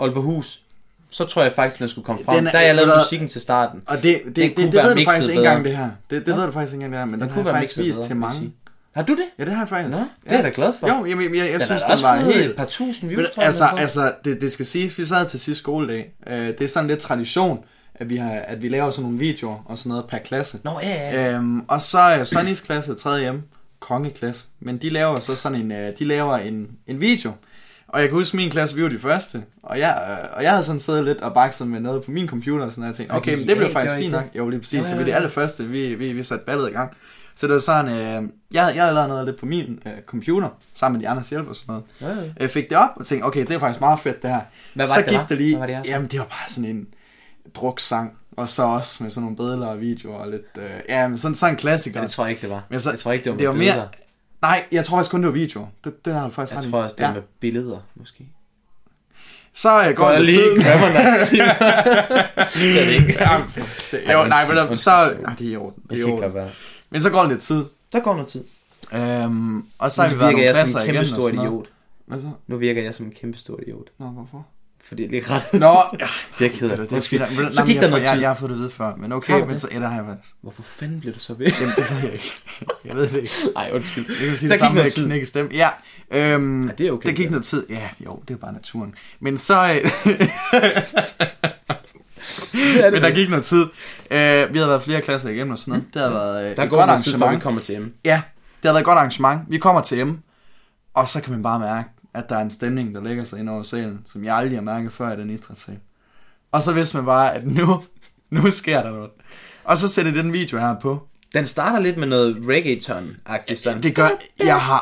Aalborghus, så tror jeg faktisk, den skulle komme frem.
Den er-
Der har jeg lavet
eller-
musikken til starten.
Og det, det, det,
Den
det,
kunne
det,
være
ved du
mixet
faktisk ikke
bedre.
engang det her. Det, det ved du faktisk ikke engang det her, men den, den har jeg faktisk
mixet
vist
bedre,
til
vil jeg
mange.
sige. Har du det?
Ja, det har jeg faktisk.
Nå, det
ja.
er jeg da glad for.
Jo, jamen, jeg, jeg, jeg
Den
synes,
har
den
også
var
fået
helt...
et par tusind
Men
views, tror jeg.
altså,
den har fået.
altså det, det skal siges, vi sad til sidste skoledag. Øh, det er sådan lidt tradition, at vi, har, at vi laver sådan nogle videoer og sådan noget per klasse.
Nå, ja, ja.
Øhm, og så er Sonnys klasse, 3. M, kongeklasse. Men de laver så sådan en, øh, de laver en, en video. Og jeg kan huske, min klasse, vi var de første. Og jeg, øh, og jeg havde sådan siddet lidt og bakset med noget på min computer, og sådan noget, og jeg tænkte, okay, men det blev
ja,
faktisk
gjorde I
fint
det?
nok. Jo, lige præcis. Så
ja,
vi er det
ja.
allerførste, vi, vi, vi satte ballet i gang. Så det var sådan, øh, jeg, jeg havde lavet noget lidt på min øh, computer, sammen med de andres hjælp og sådan noget.
Ja, ja.
Jeg fik det op og tænkte, okay, det er faktisk meget fedt det her.
Hvad var
så
det, det
gik
var?
det lige,
Hvad var det, jeg så?
jamen det var bare sådan en druksang, og så også med sådan nogle billeder og videoer og lidt, øh, ja, men sådan, sådan en klassiker.
Ja, det tror jeg ikke, det var.
altså, Men så-
jeg tror ikke, det var med
det var mere-
billeder.
Nej, jeg tror faktisk kun det var videoer. Det, det har du faktisk
Jeg
ret i.
tror også, det var med billeder, måske.
Så øh, går
Går
der
jeg
lige.
lige
tiden.
krammer Det er det ikke.
Jamen, jo, nej, men der, så...
undskyld.
Nej, det er i orden.
Det
Det
kan
er i
ikke
orden.
godt være.
Men så går der lidt tid.
Der går noget tid.
Øhm, og så har vi
Nu
været
virker
nogle
jeg
klasser
som en
igen
kæmpe
og
stor
sådan noget.
idiot.
Hvad så?
Nu virker jeg som en kæmpe stor idiot.
Nå, hvorfor?
Fordi det er ikke ret.
Nå, ja,
Det er jeg ked af.
det er
Undskyld.
fint. Ved du-
Så
nej, men
gik
jeg-
der noget
jeg,
tid.
jeg har fået det ved før, men
Har
okay,
du
men
det?
så etter har jeg faktisk.
Hvorfor fanden blev du så ved?
Jamen, det ved jeg ikke. Jeg ved det ikke.
Nej, undskyld.
Det kan
Der
sige det
gik
samme med
noget tid.
knække stemme. Ja, øhm, ja,
det er okay,
Der gik
ja.
noget tid. Ja, jo, det er bare naturen. Men så... Øh, men der gik noget tid. Øh, vi havde været flere klasser igennem og sådan noget. Det havde været øh,
Der
et
går
godt
noget tid, før vi
arrangement.
kommer til M.
Ja, det har været et godt arrangement. Vi kommer til M, og så kan man bare mærke, at der er en stemning, der lægger sig ind over salen, som jeg aldrig har mærket før i den idrætssal. Og så vidste man bare, at nu, nu sker der noget. Og så sætter jeg den video her på.
Den starter lidt med noget reggaeton-agtigt sådan.
Det gør, jeg har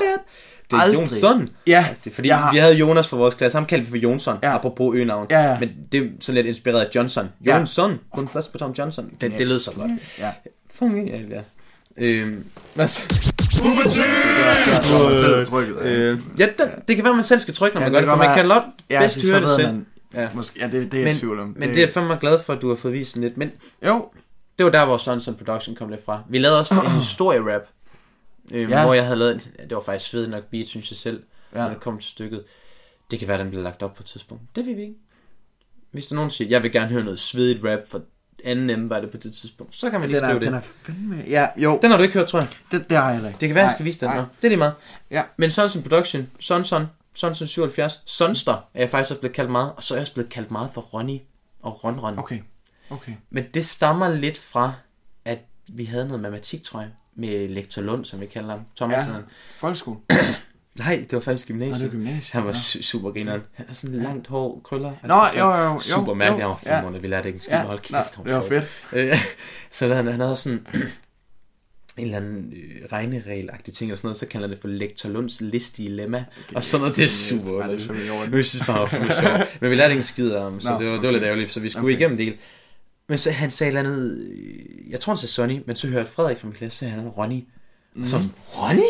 Det er
aldrig-
Jonsson.
Ja,
Det er fordi,
jeg har-
vi havde Jonas fra vores klasse. Ham kaldte vi for Jonsson,
Ja.
ja. apropos øgenavn.
Ja, ja.
Men det er sådan lidt inspireret af Johnson.
Ja.
Jonsson. Kun først på Tom Johnson. Det, det lød så godt.
Ja.
Fuck, ja, ja. Øhm, hvad så?
Jeg har selv trykket.
Øh, ja, den, det kan være, man selv skal trykke, når
Ja,
man
det
gør det, for
kan
man
være-
kan lot
Ja,
bedst
fordi så
høre det
ved
selv.
Man,
Ja.
måske, ja, det, det er jeg
Men,
i tvivl om.
men det er jeg fandme glad for, at du har fået vist sådan lidt. Men
Jo,
det var der, hvor Sonson Production kom lidt fra. Vi lavede også en historie-rap, øh,
Ja.
ja. hvor jeg havde lavet en, ja, det var faktisk fedt nok beat, synes jeg selv,
Ja.
ja. når det kom til stykket. Det kan være, den bliver lagt op på et tidspunkt. Det ved vi ikke. Hvis der nogen siger, jeg vil gerne høre noget svedigt rap fra anden ende, var det på det tidspunkt, så kan man
den
lige
er,
skrive det.
den er fandme... Ja, jo,
Den har du ikke hørt, tror jeg.
det, det har jeg heller ikke.
Det kan være, jeg
Nej,
skal vise dig
nej.
den. Nå, Det er lige meget.
Ja.
Men Sonson Production, Sonson, Sonson 77, Sonster er jeg faktisk også blevet kaldt meget, og så er jeg også blevet kaldt meget for Ronny og Ron Ron.
Okay, okay.
Men det stammer lidt fra, at vi havde noget matematik, tror jeg, med Lektor Lund, som vi kalder ham, Thomas.
Ja,
Ja.
Altså, folkeskole.
Nej, det var faktisk
Og
gymnasiet.
det er gymnasiet.
Han var su- super grineren. Han har sådan langt hår, krøller.
Nå,
Altså,
jo, jo, jo,
Super
jo,
mærkelig, han var fem
ja.
måneder. Vi lærte ikke en skid.
Ja,
Ja, hold
nej,
kæft, han
det var
sjov.
fedt.
Øh, så lavede han, han havde sådan en eller anden øh, regneregel-agtig ting og sådan noget, så kalder han det for Lektor Lunds listdilemma, og sådan noget, det er super
Ja, det er
underligt.
fandme i orden.
Nu synes jeg bare, det var sjovt. Men vi lærte ikke en skid om, så
Nå,
det var, det var
okay.
lidt ærgerligt, så vi skulle okay. igennem det hele. Men så han sagde et eller andet, øh, jeg tror han sagde Sonny, men så hørte Frederik fra min klasse, så han Ronny. Og så var jeg sådan, Ronny?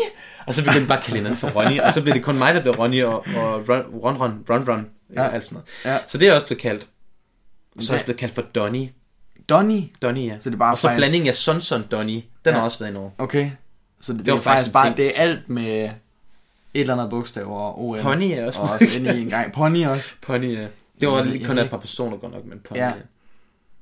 Og så begyndte bare kalenderen for Ronny, og så blev det kun mig, der blev Ronny, og, og Ron Ron, Ron, Ron, Ron ja. øh, alt sådan noget.
Ja.
Så det er også blevet kaldt. Og så er jeg
Ja.
også blevet kaldt for Donny.
Donny.
Donny, ja.
Så det er bare
og så
faktisk-
blandingen af Sonson Donny, den har
Ja.
også været i Norge.
Okay. Så det, det, det
var
er faktisk
faktisk
bare,
en ting.
det er alt med et eller andet bogstav og ON.
Pony er også
Og også ind i en gang. Pony også.
Pony, ja. Det var
Jeg ved-
lige
jeg
kun
ved
et par personer godt nok, men Pony,
Ja.
ja.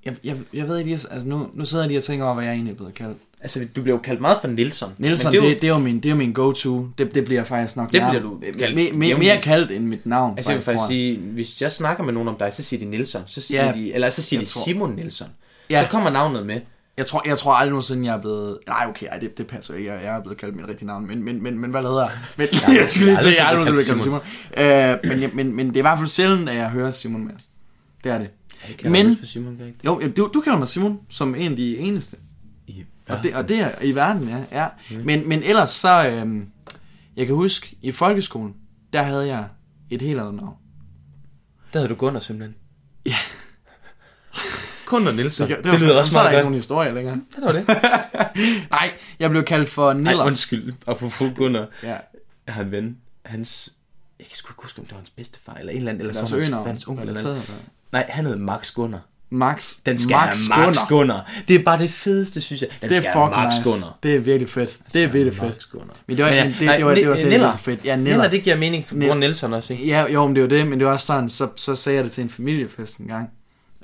Jeg, jeg, jeg ved ikke, lige- altså nu, nu sidder jeg lige og tænker over, hvad jeg egentlig er blevet kaldt.
Altså, du blev jo kaldt meget for Nilsson.
Nielsen,
men
det,
det, er jo-
det, det, er jo min, det er jo min go-to. Det, det bliver faktisk nok
Det
nær-
bliver du kaldt
me, me, mere
jævnligt.
kaldt end mit navn.
Altså jeg vil faktisk
tror
sige,
jeg.
hvis jeg snakker med nogen om dig, så siger de Nielsen, så siger
Ja,
de, eller så siger
jeg
de
tror-
Simon Nielsen.
Ja.
Så kommer navnet med.
Jeg tror, jeg tror aldrig nogensinde, jeg er blevet... Nej, okay, ej, det, det passer ikke. Jeg, jeg er blevet kaldt mit rigtige navn. Men, men, men, men hvad hedder jeg? Men, jeg skulle lige til,
aldrig
jeg er aldrig
blevet
blevet
kaldt
kaldt Simon. Øh, men, jeg- men, men det er i hvert fald sjældent, at jeg hører Simon mere. Det er det. Men-
for Simon, kan jeg ikke?
Jo, jamen, du, du kalder mig Simon som en af de eneste.
Ja. Mm.
Og det, og det er i verden, ja. ja. Men, men ellers så... Øhm, jeg kan huske, i folkeskolen, der havde jeg et helt andet navn.
Der havde du Gunnar simpelthen.
Ja.
Gunnar Nielsen.
Det,
Det, lyder også
så er
meget
der ikke
godt.
nogen historie længere.
Det var det.
Nej, jeg blev kaldt for Niller.
Ej, undskyld. Apropos Gunnar.
ja.
Jeg har en ven. Hans... Jeg kan sgu ikke huske, om det var hans bedstefar eller en eller anden. Eller
Lars
så var det
Altså, Øgenavn.
hans, hans onkel eller
relateret,
noget.
eller?
Nej, han hed Max Gunnar.
Max.
Den skal
Max
Max have Max Gunnar. Det er bare det fedeste, synes jeg. Den
Det
skal
er
have
fucking
Max
nice.
Gunnar.
Det er virkelig fedt. Det er virkelig fedt.
Max Gunnar.
Men det var, men, det, det, var, det var slet ikke så fedt. Ja, Niller.
Niller, det giver mening for
Niller.
Gunnar Nielsen også, ikke?
Ja, jo, men det var det, men det var også sådan, så, så sagde jeg det til en familiefest en gang.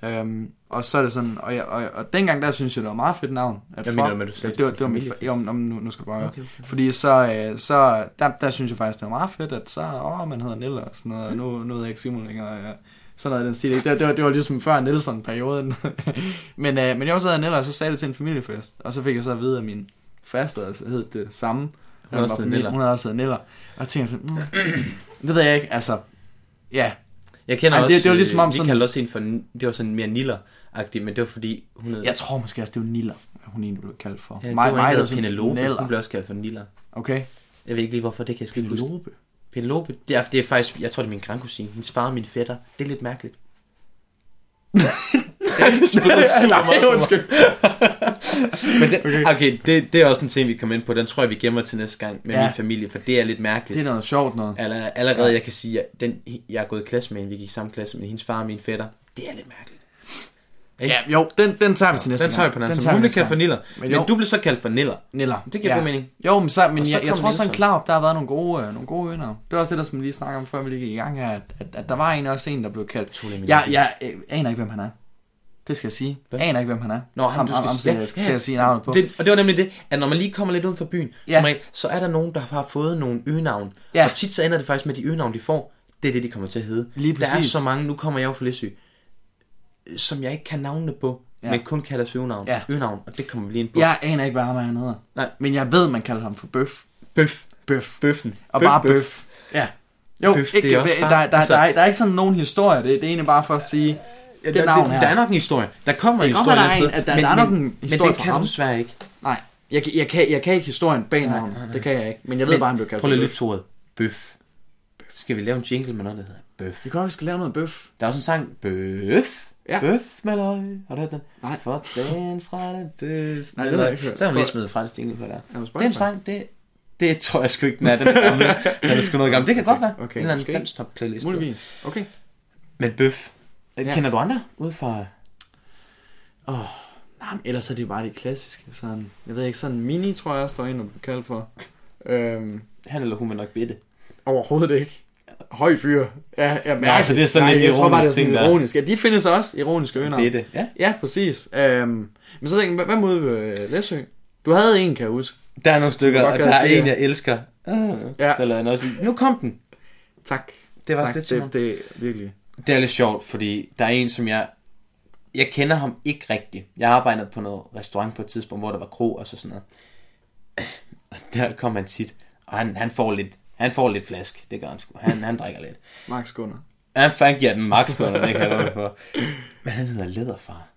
Øhm, og så er det sådan, og, jeg, og, og dengang der synes jeg, det var et meget fedt navn. At
Hvad mener du med, at du sagde det
det var,
til
det var
en
mit,
familiefest?
jo, men, om- nu, nu skal du bare okay.
Okay.
Fordi så, øh, så der, der synes jeg faktisk, det var meget fedt, at så, åh, man hedder Niller og sådan noget, og nu, nu hedder jeg ikke Simon længere. Ja. Sådan noget i den stil. Ikke? Det, det, var, det var ligesom før Nielsen-perioden. men, øh, men jeg også hedder Niller, og så sagde jeg det til en familiefest, og så fik jeg så at vide, at min faste altså, hed det samme.
havde også
var på
heddet
min-
Niller.
Hun havde også heddet Niller. Og jeg tænkte sådan, mm, det ved jeg ikke, altså, ja,
Jeg kender
Ej,
Ej,
det-
også, øh,
det var ligesom om
vi
sådan-
kaldte også en for, det var sådan mere Niller-agtig, men det var fordi, hun hed...
Jeg tror måske også, det var Niller, at hun egentlig blev kaldt for.
ja, det var en, der hed
sådan
Penelope,
Neller.
hun blev også kaldt for Niller.
Okay.
Jeg ved ikke lige, hvorfor det kan jeg sgu ikke huske.
Penelope.
Penelope? Det er, det er faktisk, jeg tror, det er min grandkusine. Hendes far og min fætter. Det er lidt mærkeligt. det spiller super meget for mig. Men det, okay, okay det, det er også en ting, vi kommer ind på. Den tror jeg, vi gemmer til næste gang med
Ja.
ja. min familie, for det er lidt mærkeligt.
Det er noget sjovt noget.
Aller, allerede, jeg kan sige, at den, jeg er gået i klasse med hende, vi gik i samme klasse, men hendes far og min fætter, det er lidt mærkeligt.
Ja, jo, den, den tager vi til næste
Den tager vi
gang.
på den anden
tager
side. Hun
vi
blev
næste
kaldt for
gang.
Niller,
Men
men,
jo.
men du blev så kaldt for Niller.
Niller.
Det giver god mening.
Jo, men, så, men
Og så
jeg, jeg
kom
tror sådan
Nielsen.
klart, der har været nogle gode, øh, nogle gode ønder. Det var også det, der som vi lige snakker om, før vi lige gik i gang her, at, at, at der var en også en, der blev kaldt.
Tole Minolfi.
Jeg, jeg øh, aner ikke, hvem han er. Det skal jeg sige.
Hvad?
Aner ikke, hvem han er.
Nå, ham, du skal-
ham, skal,
ja,
jeg skal
ja.
til at sige navnet på.
Det, og det var nemlig det, at når man lige kommer lidt uden for byen,
Ja.
ja. som regel, så er der nogen, der har fået nogle øgenavn.
Ja.
Ja. Og tit så ender det faktisk med, at de øgenavn, de får, det er det, de kommer til at hedde.
Lige
Der er
præcis.
så mange, nu kommer jeg jo fra Læsø, øh, som jeg ikke kan navnene på,
Ja.
ja. men kun kalder øgenavn.
Ja.
Ja. øgenavn. Og det kommer vi lige ind på.
Jeg aner ikke, hvad ham er, han hedder.
Nej.
Men jeg ved, man kalder ham for bøf.
Bøf.
Bøf.
Bøffen.
Og bare bøf. Ja. Jo,
Bøf, det
ikke,
er også
der,
bare-
der, der,
altså-
der, er- der er ikke sådan nogen historie. Det, det er egentlig bare for at sige, det navn her.
Der er nok en historie. Der kommer en
kan
historie
godt være, der er
et
en-
sted,
at der- der er nok en
men
historie
den
for
kan
ham.
du desværre ikke.
nej, jeg, kan- jeg, kan, jeg kan ikke historien bag navnet. Det kan jeg ikke. Men jeg ved
Men
bare, han blev kaldt
Prøv lige at
for
lytte til ordet. Bøf. Skal vi lave en jingle med noget, der hedder bøf?
Vi kan også lave noget bøf.
Der er også en sang. Bøf.
Ja.
Ja. Bøf med løg. Har du hørt den?
Nej.
For den strætte bøf
Nej,
med
det har jeg
løg.
ikke hørt.
Så har man lige smidt fransk jingle på der.
Er du Spotify?
Den sang, det, det tror jeg sgu ikke, den er den er gamle. Den er sgu noget gammel. Det kan godt være.
Okay,
Okay, en eller anden
måske.
dansk top playlist.
Muligvis. Okay.
Men bøf.
Ja.
Kender du andre ude fra...
Nej, men ellers er det jo bare det klassiske. Sådan, jeg ved ikke, sådan mini, tror jeg, også, der er en, der blev kaldt for. Øhm,
Han eller hun vil nok bitte.
overhovedet ikke. Høj fyr. Ja, jeg mærker
altså, det er sådan
Nej,
lidt
jeg tror bare, det er
ironisk
sådan
ting,
lidt
der.
ironisk. Ja, de findes også, ironiske ønder.
Bitte. Ja.
Ja, præcis. Øhm, men så tænkte jeg, hvad med ude ved Læsø? Du havde en, kan jeg huske.
Der er nogle stykker,
Hvor
og
kan
der
jeg
er
se
en,
jer?
jeg elsker. Uh,
Ja.
ja. Der lavede han også lige- Nu kom den.
Tak.
Det var
tak.
lidt
det,
sjovt.
det er virkelig.
Det er lidt sjovt, fordi der er en, som jeg... Jeg kender ham ikke rigtigt. Jeg arbejdede på noget restaurant på et tidspunkt, hvor der var kro og så sådan noget. Og der kom han tit, og han, han, får lidt, han får lidt flask. Det gør han sgu. Han, han drikker lidt.
Max Gunnar.
Han, han giver den max det kan jeg love jer for. Men han hedder Lederfar.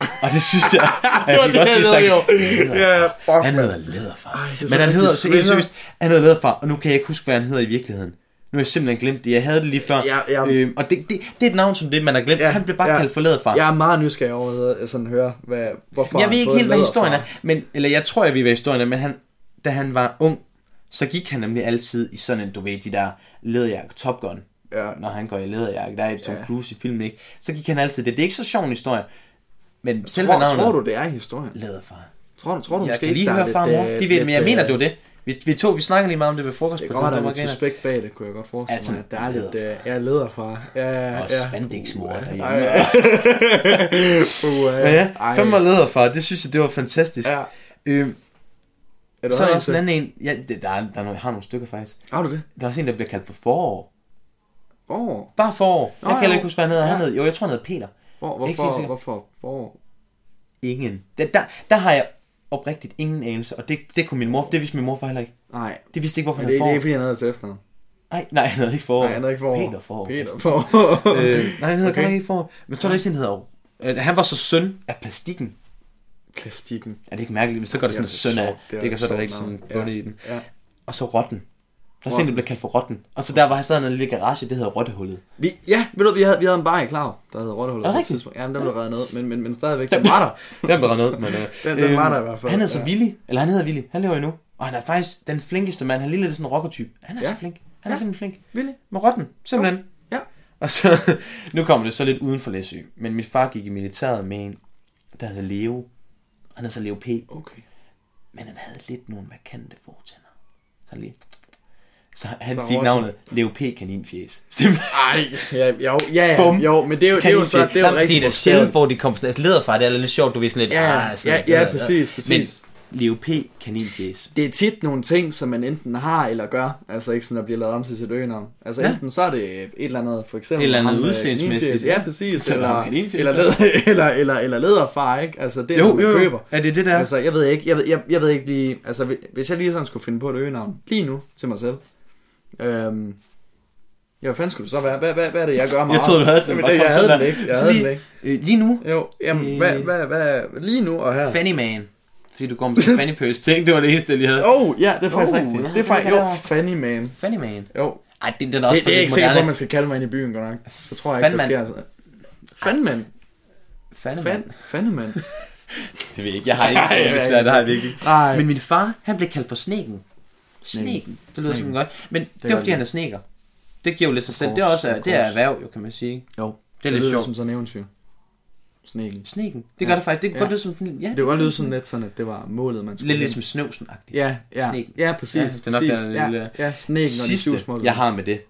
Og det synes jeg... det
var det, jeg ved, jo. Ja, fuck,
han hedder Lederfar.
er så
Men han
rigtig
hedder, så
svinger.
seriøst, han hedder Lederfar, og nu kan jeg ikke huske, hvad han hedder i virkeligheden. Nu har jeg simpelthen glemt det. Jeg havde det lige før.
Ja, ja.
Øhm, og det, det, det, er et navn som det, man har glemt.
Ja,
Ja, han blev bare
ja.
ja. kaldt for læderfar.
Jeg er meget nysgerrig over at sådan høre, hvad, hvorfor
jeg ved
han
ikke
fået
helt, hvad
læder
historien
fra.
er. Men, eller jeg tror, jeg ved, hvad historien er. Men han, da han var ung, så gik han nemlig altid i sådan en, du ved, de der læderjakke, Top Gun.
Ja.
Når han går i læderjakke, der er et Tom
Ja.
Cruise i filmen, ikke? Så gik han altid det. Det er ikke så sjov en historie. Men selve
Tror,
navnet...
tror du, det er historien?
Læderfar.
Tror, du- tror du
Jeg
måske
kan lige
ikke, der er
høre far og mor.
øh,
De ved, men jeg
lidt,
mener,
øh,
det var det. Vi, vi to, vi snakker lige meget om det ved frokost.
Det
på
kan godt
Tom
være, der er
Dumagener.
lidt suspekt bag det, kunne jeg godt forestille
Altså,
mig. at Der er lidt, øh,
lederfar.
jeg er lederfar. Ja, ja,
Og
ja.
spandiksmor derhjemme.
Ej, ja. Uh,
Ja, ja.
ej.
Fem var lederfar, det synes jeg, det var fantastisk.
Ja.
Øhm,
Er du
så er der
også
sådan en anden en, ja, det, der, er, der er nogle, jeg har nogle stykker faktisk.
Har du det?
Der er også en, der bliver kaldt for forår.
Hvor?
Bare forår. jeg
Nå,
kan
jo.
heller ikke huske, hvad han hedder. Han
Ja.
hed, jo, jeg tror, han hedder Peter.
Hvor,
Ikke helt
hvorfor,
sikker.
hvorfor, hvor?
Ingen. Der, der, der har jeg oprigtigt ingen anelse, og det, det kunne min mor, det vidste min mor for heller ikke.
Nej,
Det vidste ikke, hvorfor
men
han
det, det er
havde forår.
ikke, fordi han havde til efternavn.
Nej, nej, han havde ikke forår.
Nej, han havde ikke forår.
Peter forår.
Peter forår.
øh, nej, han hedder
Okay.
okay. ikke forår. Men så er der ikke sådan, han hedder øh, han var så søn af plastikken.
Plastikken.
Er det ikke mærkeligt? Men så går der sådan en
Det er
søn af.
altså sjovt. Det er
Det kan så
et
der
sjovt
rigtig sådan
navn.
bunde
Ja.
i den.
Ja.
Og så rotten. Der er sådan, en, der blev kaldt for rotten. Og så der var han sad i en lille garage, det hedder rottehullet.
Vi, ja, ved du, vi havde, vi havde en bar i Klav, der hedder Rottehullet.
Er det
på et
rigtigt?
tidspunkt. Ja, men den blev reddet ned, men, men, men stadigvæk, den var der.
Den blev der ned, men... Øh,
Den- den var der i hvert fald,
Han hedder så
ja.
ja. Willy, eller han hedder Willy, han lever endnu. Og han er faktisk den flinkeste mand, han er lige lidt sådan en rockertype. Han er
Ja.
så flink. Han er
Ja.
simpelthen flink.
Willy.
Med rotten, simpelthen.
Ja.
Og så, nu kommer det så lidt uden for Læsø. Men min far gik i militæret med en, der hed Leo. Han hed så Leo P.
Okay.
Men han havde lidt nogle markante fortænder. Så lige... Så han
Så
fik
rotten.
navnet Leo P. Kaninfjes. Simpelthen.
Ej, ja, jo, ja, ja,
Bum.
jo, men det er jo, det er jo så, det er jo rigtig
Det er da sjældent, hvor de kom sådan, altså lederfar, det er lidt sjovt, du ved sådan lidt,
Ja,
ah, sådan,
ja, ja,
leder-
præcis, præcis.
Men Leo P. kaninfjes.
det er tit nogle ting, som man enten har eller gør, altså ikke som der bliver lavet om til sit øgenavn. Altså ja.
Ja.
enten så er det et eller andet, for eksempel...
Et eller andet
ham, øh,
udseendsmæssigt,
kaninfjes. Ja, præcis.
Så er der
Eller,
ham kaninfjes,
eller, led, eller, eller, eller lederfar, ikke? Altså det, er,
Jo,
man
jo,
køber.
jo. Er det det der?
Altså, jeg ved ikke, jeg ved, jeg, jeg ved ikke lige, altså, hvi- hvis jeg lige sådan skulle finde på et øgenavn, lige nu, til mig selv, øhm, ja, hvad fanden skulle det så være? Hvad, hvad, hvad er det, jeg gør meget?
Jeg troede, du havde den.
Jamen,
Bare
det,
kom
jeg havde
sådan
den
der.
ikke, jeg
Så
havde
lige-
den ikke.
Øh, lige nu,
Jo, jamen,
Øh.
hvad, hvad, hvad, lige nu og her?
Fanny Man. Fordi du kom til Fanny Purse ting, det var det eneste, jeg lige havde.
Oh, ja, det er faktisk
Oh,
rigtigt.
ja,
det er
det
faktisk,
kan
jo,
det være.
Fanny Man.
Fanny Man.
Jo,
Ej, det, den er også
det, det er jeg ikke sikker på, at
moderne.
man skal kalde mig ind i byen, godt nok. Så tror jeg ikke, der sker
Fandman.
altså. Fandmand.
Fanny Man.
Fan, fandemand.
Det ved jeg ikke. Jeg har ikke.
Ej,
det, er svært, det har jeg virkelig ikke.
Nej.
Men min far, han blev kaldt for Sneken. Sneken. Det lyder
Sneken.
sådan godt. Men det,
gør
er fordi,
det.
han er sneker. Det giver jo lidt sig selv.
Of
Det er også
course,
er,
of
det er
course.
erhverv, jo, kan man sige.
Jo,
Det er lidt
lyder
sjovt.
som sådan en eventyr. Sneken.
Sneken. Det
Ja.
gør det faktisk. Det kan
Ja.
godt lyde som sådan... Ja,
Det kunne godt lyde sådan lidt sådan, at det var målet, man skulle
Lidt
hen.
ligesom snøvsen-agtigt.
Ja, ja.
Sneken.
Ja, præcis.
Ja, det er nok
præcis.
den
ja,
lille-
ja, sneken og de syv
Sidste,
små.
jeg har med det,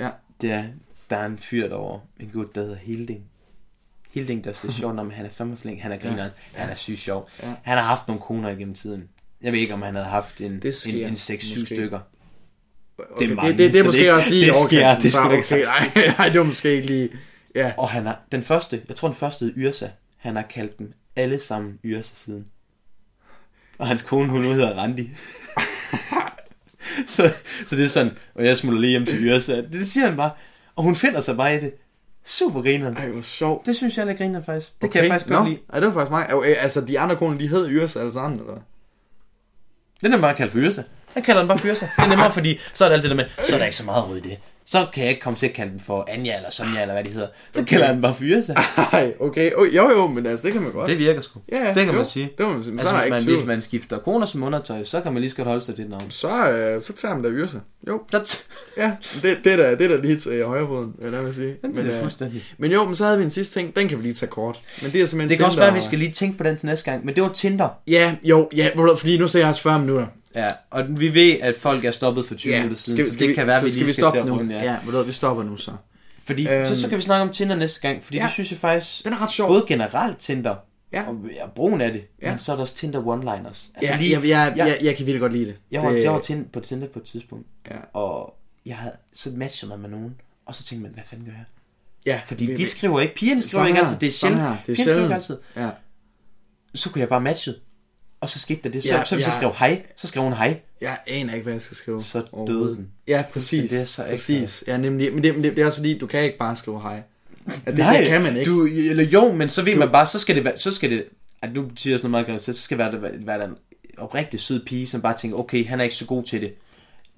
Ja.
det er, der er en fyr derovre, en gut, der hedder Hilding. Hilding, der er lidt sjov, men han er fandme flink, han er grineren, ja. han er sygt sjov.
Ja.
Ja. Han har haft nogle koner igennem tiden. Jeg ved ikke, om han havde haft en, en,
Det sker,
en 6-7
måske.
stykker.
Okay, det,
mange,
det, det, det er
så
måske
det-
også lige
det
i
sker,
overkanten,
det
så
skulle du ikke
okay, Nej, nej, det var måske ikke lige... Ja,
Og han har, den første, jeg tror den første hed Yrsa, han har kaldt dem alle sammen Yrsa siden. Og hans kone, hun nu hedder Randi. så, så det er sådan, og jeg smutter lige hjem til Yrsa. Det siger han bare. Og hun finder sig bare i det. Super grineren.
ej, hvor sjovt.
Det synes jeg er lidt grineren faktisk. Det kan jeg faktisk godt
nå.
lide.
Ej, det var faktisk mig. Okay, altså, de andre koner, de hed Yres alle sammen, eller hvad?
Den er bare kaldt for Yrsa. Han kalder den bare Fyrsa. Det er nemmere, fordi så er det alt det der med, så er der ikke så meget rød i det. Så kan jeg ikke komme til at kalde den for Anja eller Sonja eller hvad de hedder. Så kalder han den bare Fyrsa.
Ej, okay. Oh, jo, jo, men altså, det kan man godt.
Det virker sgu.
ja, ja,
det kan
jo,
man sige.
Det må man sige. Men
Altså,
så er der
hvis,
ikke
man,
tvivl.
hvis man skifter koner som undertøj, så kan man lige så godt holde sig til det navn.
Så, øh, så tager man da Yrsa. Jo,
Der t-
ja, det, det, er da, det er da lige til øh, højrefoden, eller hvad sige. Men,
men, det er
øh,
fuldstændig.
men jo, men så havde vi en sidste ting, den kan vi lige tage kort. Men det er simpelthen
Det kan også
Tinder-
være, at vi skal lige tænke på den til næste gang, men det var Tinder.
Ja, jo, ja, ved du hvad, fordi nu ser jeg os 40 minutter.
Ja, og vi ved, at folk er stoppet for 20
Ja,
minutter siden, så det kan være, at
så
vi lige skal,
stoppe
til at
nu.
runde,
ja.
ja.
ja, ved du hvad, vi stopper nu så.
Fordi
Øhm.
så, så kan vi snakke om Tinder næste gang, fordi
Ja.
ja. det synes jeg faktisk,
Den er ret sjov.
både generelt Tinder,
Ja.
og, og brugen af det,
Ja.
ja. men så er der også Tinder one-liners. Altså
Ja,
lige-
jeg, jeg,
jeg,
jeg, jeg, kan virkelig godt lide det.
jeg, var,
det,
jeg var tin- på Tinder på et tidspunkt,
Ja.
og jeg havde, så matchede man med nogen, og så tænkte man, hvad fanden gør jeg?
ja,
Fordi
vi-
de skriver ikke, pigerne skriver
sådan
ikke
her,
altid, det er
sådan
sjældent.
her, det er
pigerne skriver
sjældent.
ikke altid.
Ja.
så kunne jeg bare matche. Og så skete der det. Så,
Ja,
ja, så hvis
ja.
jeg skrev hej, så skrev hun hej.
Jeg aner ikke, hvad jeg skal skrive.
Så døde
overhovedet.
den.
Ja, præcis.
Det er så ikke
præcis. Ja, nemlig. Men det, men det, det er også fordi, du kan ikke bare skrive hej. Ja, det, det kan man ikke.
Du, eller jo, men så ved du... man bare, så skal det være, så skal det, at nu siger jeg sådan noget meget grimt, så skal det være, være, være der en oprigtig sød pige, som bare tænker, okay, han er ikke så god til det.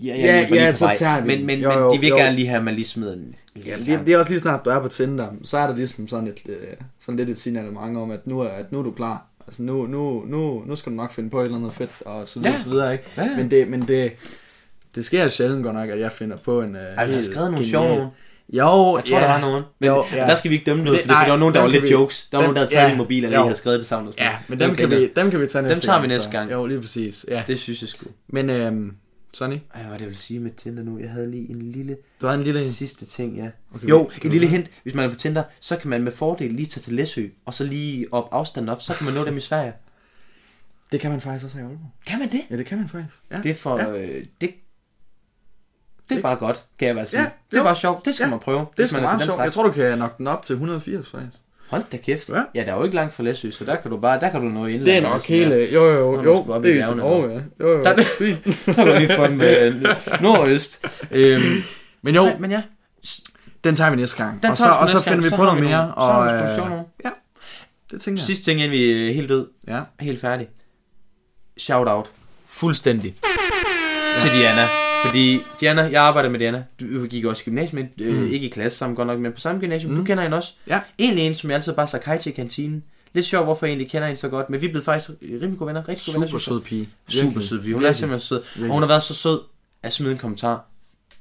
Ja,
Ja,
jeg var lige
ja,
på
så
vej.
tager vi
Men,
den.
men,
Jo,
men
jo,
de vil
jo.
gerne lige have, at man lige smider den.
Ja, det, det er også lige snart, du er på Tinder, så er der ligesom sådan, et, øh, sådan lidt et signalement om, at nu er, at nu er du klar. Altså nu, nu, nu, nu skal du nok finde på et eller andet fedt, og så videre,
Ja.
ja. så videre ikke?
Ja.
Men, det, men det, det sker sjældent godt nok, at jeg finder på en... Øh,
Ej, du har
helt
skrevet nogle
genial-
sjove nogen.
Jo,
Jeg tror,
ja.
der var nogen. Men
Jo,
ja.
ja.
der skal vi ikke dømme noget,
det-
for der
nej,
var nogen, der
dem
var
kan
lidt
vi-
jokes. Der var
dem-
nogen, der havde taget
ja.
en mobil, og lige
Jo.
havde skrevet det sammen. og sådan
Ja,
noget.
men
Det
dem
var
kan,
griner.
vi, dem kan vi tage
Dem
næste
tager vi
så.
næste gang.
Jo, lige præcis. Ja.
Det synes jeg sgu.
Men øhm, Sonny,
Ej, hvad det jeg vil sige med Tinder nu. Jeg havde lige en lille
du har en lille...
sidste ting, ja. Mm. Okay,
Okay,
jo,
men
et
kan
lille
du-
hint. Hvis man er på Tinder, så kan man med fordel lige tage til Læsø, og så lige op afstanden op, så kan man nå dem i Sverige.
Det kan man faktisk også have i Aalborg.
Kan man det?
Ja, det kan man faktisk. Ja.
Det er for... Ja. Øh, det, det er bare godt, kan jeg bare sige. Ja,
Ja,
det er
jo.
bare sjovt. Det skal ja,
Ja,
man prøve.
det er
hvis
sgu
man til
meget
den
sjovt.
slags.
Jeg tror, du kan nok den op til 180, faktisk.
Hold da kæft. Ja.
Ja.
ja, der er jo ikke langt fra Læsø, så der kan du bare, der kan du nå indlandet.
Det er nok
næsten, ja.
hele... Jo, jo,
Når
jo.
man skal op
jo
i
det er til
bjergene.
Norge, ja. Jo, jo.
Der- så kan du lige få den med nordøst. Øhm,
Men jo,
nej, men ja,
den tager vi næste gang.
den
og så,
tager vi
og så
næste gang,
finder vi
så
på
har
noget
nogle-
mere.
så har
Og,
vi sgu sjovt
øh,
nogle.
ja, det tænker jeg.
Sidste ting, inden vi er helt død,
Ja.
helt færdig. Shout out. Fuldstændig. Til Diana. Fordi Diana, jeg arbejder med Diana. Du gik også i gymnasiet, men øh, ikke i klasse sammen godt nok, men på samme gymnasium. Mm. Du kender hende også.
Mm. Ja.
Egentlig en, som jeg altid bare sagde hej til i kantinen. Lidt sjovt, hvorfor jeg egentlig kender hende så godt, men vi er blevet faktisk rimelig gode venner. Rigtig gode venner,
Super
synes jeg.
sød pige.
Super
Virkelig.
sød. pige. Hun er simpelthen sød. Og hun har været så sød at smide en kommentar.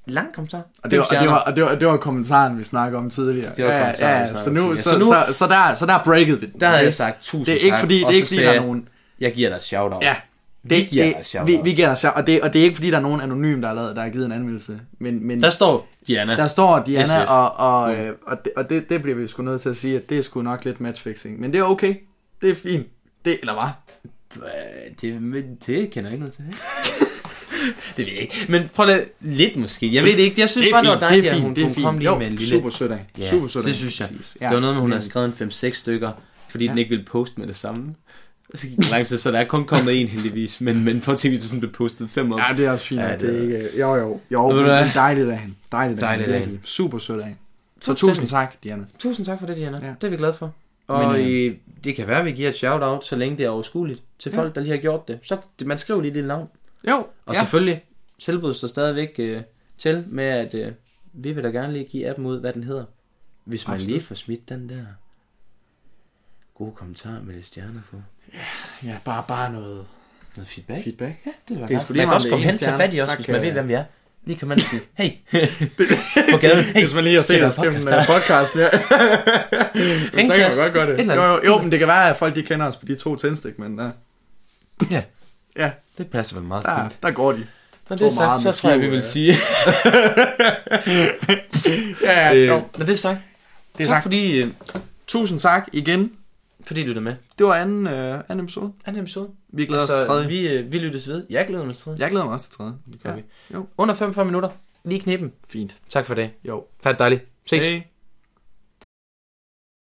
Lang kommentar.
Og det,
Fem
var, og, det
stjerner.
var, og, det var, det var kommentaren, vi snakkede om tidligere.
Det var kommentaren, vi
ja, ja,
snakkede
så
om
nu,
tidligere.
så,
Så
så,
nu-
så, så, der, så der breakede vi den.
Der havde
Okay?
jeg sagt tusind
Det er ikke
tak,
fordi, det
og
er
så
ikke fordi der
sagde
er
jeg,
nogen...
Jeg giver dig et shout out.
Ja,
Vi giver dig et
det,
shout-out.
vi, vi giver dig shout, og det, og det er ikke fordi, der er nogen anonym, der har, lavet, der har givet en anmeldelse. Men, men
Der
der,
står Diana.
der står Diana,
SF.
og, og, øh, og, det, og det, det bliver vi sgu nødt til at sige, at det er sgu nok lidt matchfixing. Men det er okay. Det er fint. Det, eller hvad?
Øh, Det, men det kender jeg ikke noget til. det ved jeg ikke. Men prøv lige, lidt måske. Jeg ved det ikke. Jeg synes
Det er
bare, det var
fint, det
dejligt,
er
at
fint,
hun,
det er
hun
fint.
kom lige
jo,
med en lille...
super sødt af.
Ja,
super sødt af.
det synes jeg.
Præcis.
Ja, det var noget med, hun havde
virkelig.
skrevet en 5-6 stykker, fordi ja. den ikke ville poste med det samme. Så gik det lang tid, så der er kun kommet en heldigvis. Men, men prøv at tænke, hvis det sådan blev postet fem op.
Ja, det er også fint.
Ja,
Ja,
det
det, det er ikke, jo, jo. Jo,
Ved
men
du hvad?
men dejligt af hende. Dejligt af
Dejligt
hende.
af
virkelig. Super sødt af hende. Så
Fuldstændig.
tusind tak, Diana.
Tusind tak for det, Diana.
Ja.
Det er vi glade for. Og
Men,
men,
øh,
øh, det kan være, at vi giver et shout-out, så længe det er overskueligt, til folk, der lige har gjort det. Så man skriver lige dit navn.
Jo,
Og ja. selvfølgelig tilbydes der stadigvæk øh, til med, at øh, vi vil da gerne lige give appen ud, hvad den hedder. Hvis man
Absolut.
lige får smidt den der gode kommentar med lidt stjerner på.
ja, bare, bare noget
Noget feedback.
feedback. øh,
Det vil
Det er
være
sgu
godt.
lige
Man kan
meget
også
med
komme
en
hen til
stjerne.
fat i os,
Der
hvis
kan-
man ved, hvem vi er. Lige komme hen og sige, hey, på gaden. Hey,
Hvis man lige har set
det er
os
der
gennem
podcast,
øh, podcasten, ja.
ring
så
til
kan man
os.
godt gøre
Et
det.
eller
Jo,
andet.
jo, jo, men det kan være, at folk de kender os på de to tændstik, men der,
Ja,
ja,
det passer vel meget
der,
fint.
der går de.
Når det
Hvor
er sagt,
meget
så tror jeg, vi
massiv,
vil
øh,
sige.
Ja, ja,
Øh,
jo.
Når det er sagt,
Det er
tak
sagt.
fordi, øh,
Tusind tak igen.
fordi I lyttede med.
Det var anden, øh, anden episode.
Anden episode.
Vi glæder os til
Altså,
tredje.
vi, øh, vi lyttes ved. Jeg glæder mig til tredje.
Jeg glæder mig også til tredje.
gør
Ja.
vi.
Jo.
Under 45 minutter. Lige knippen.
Fint.
Tak for det.
Jo.
Færdig dejligt. Ses.
Hej.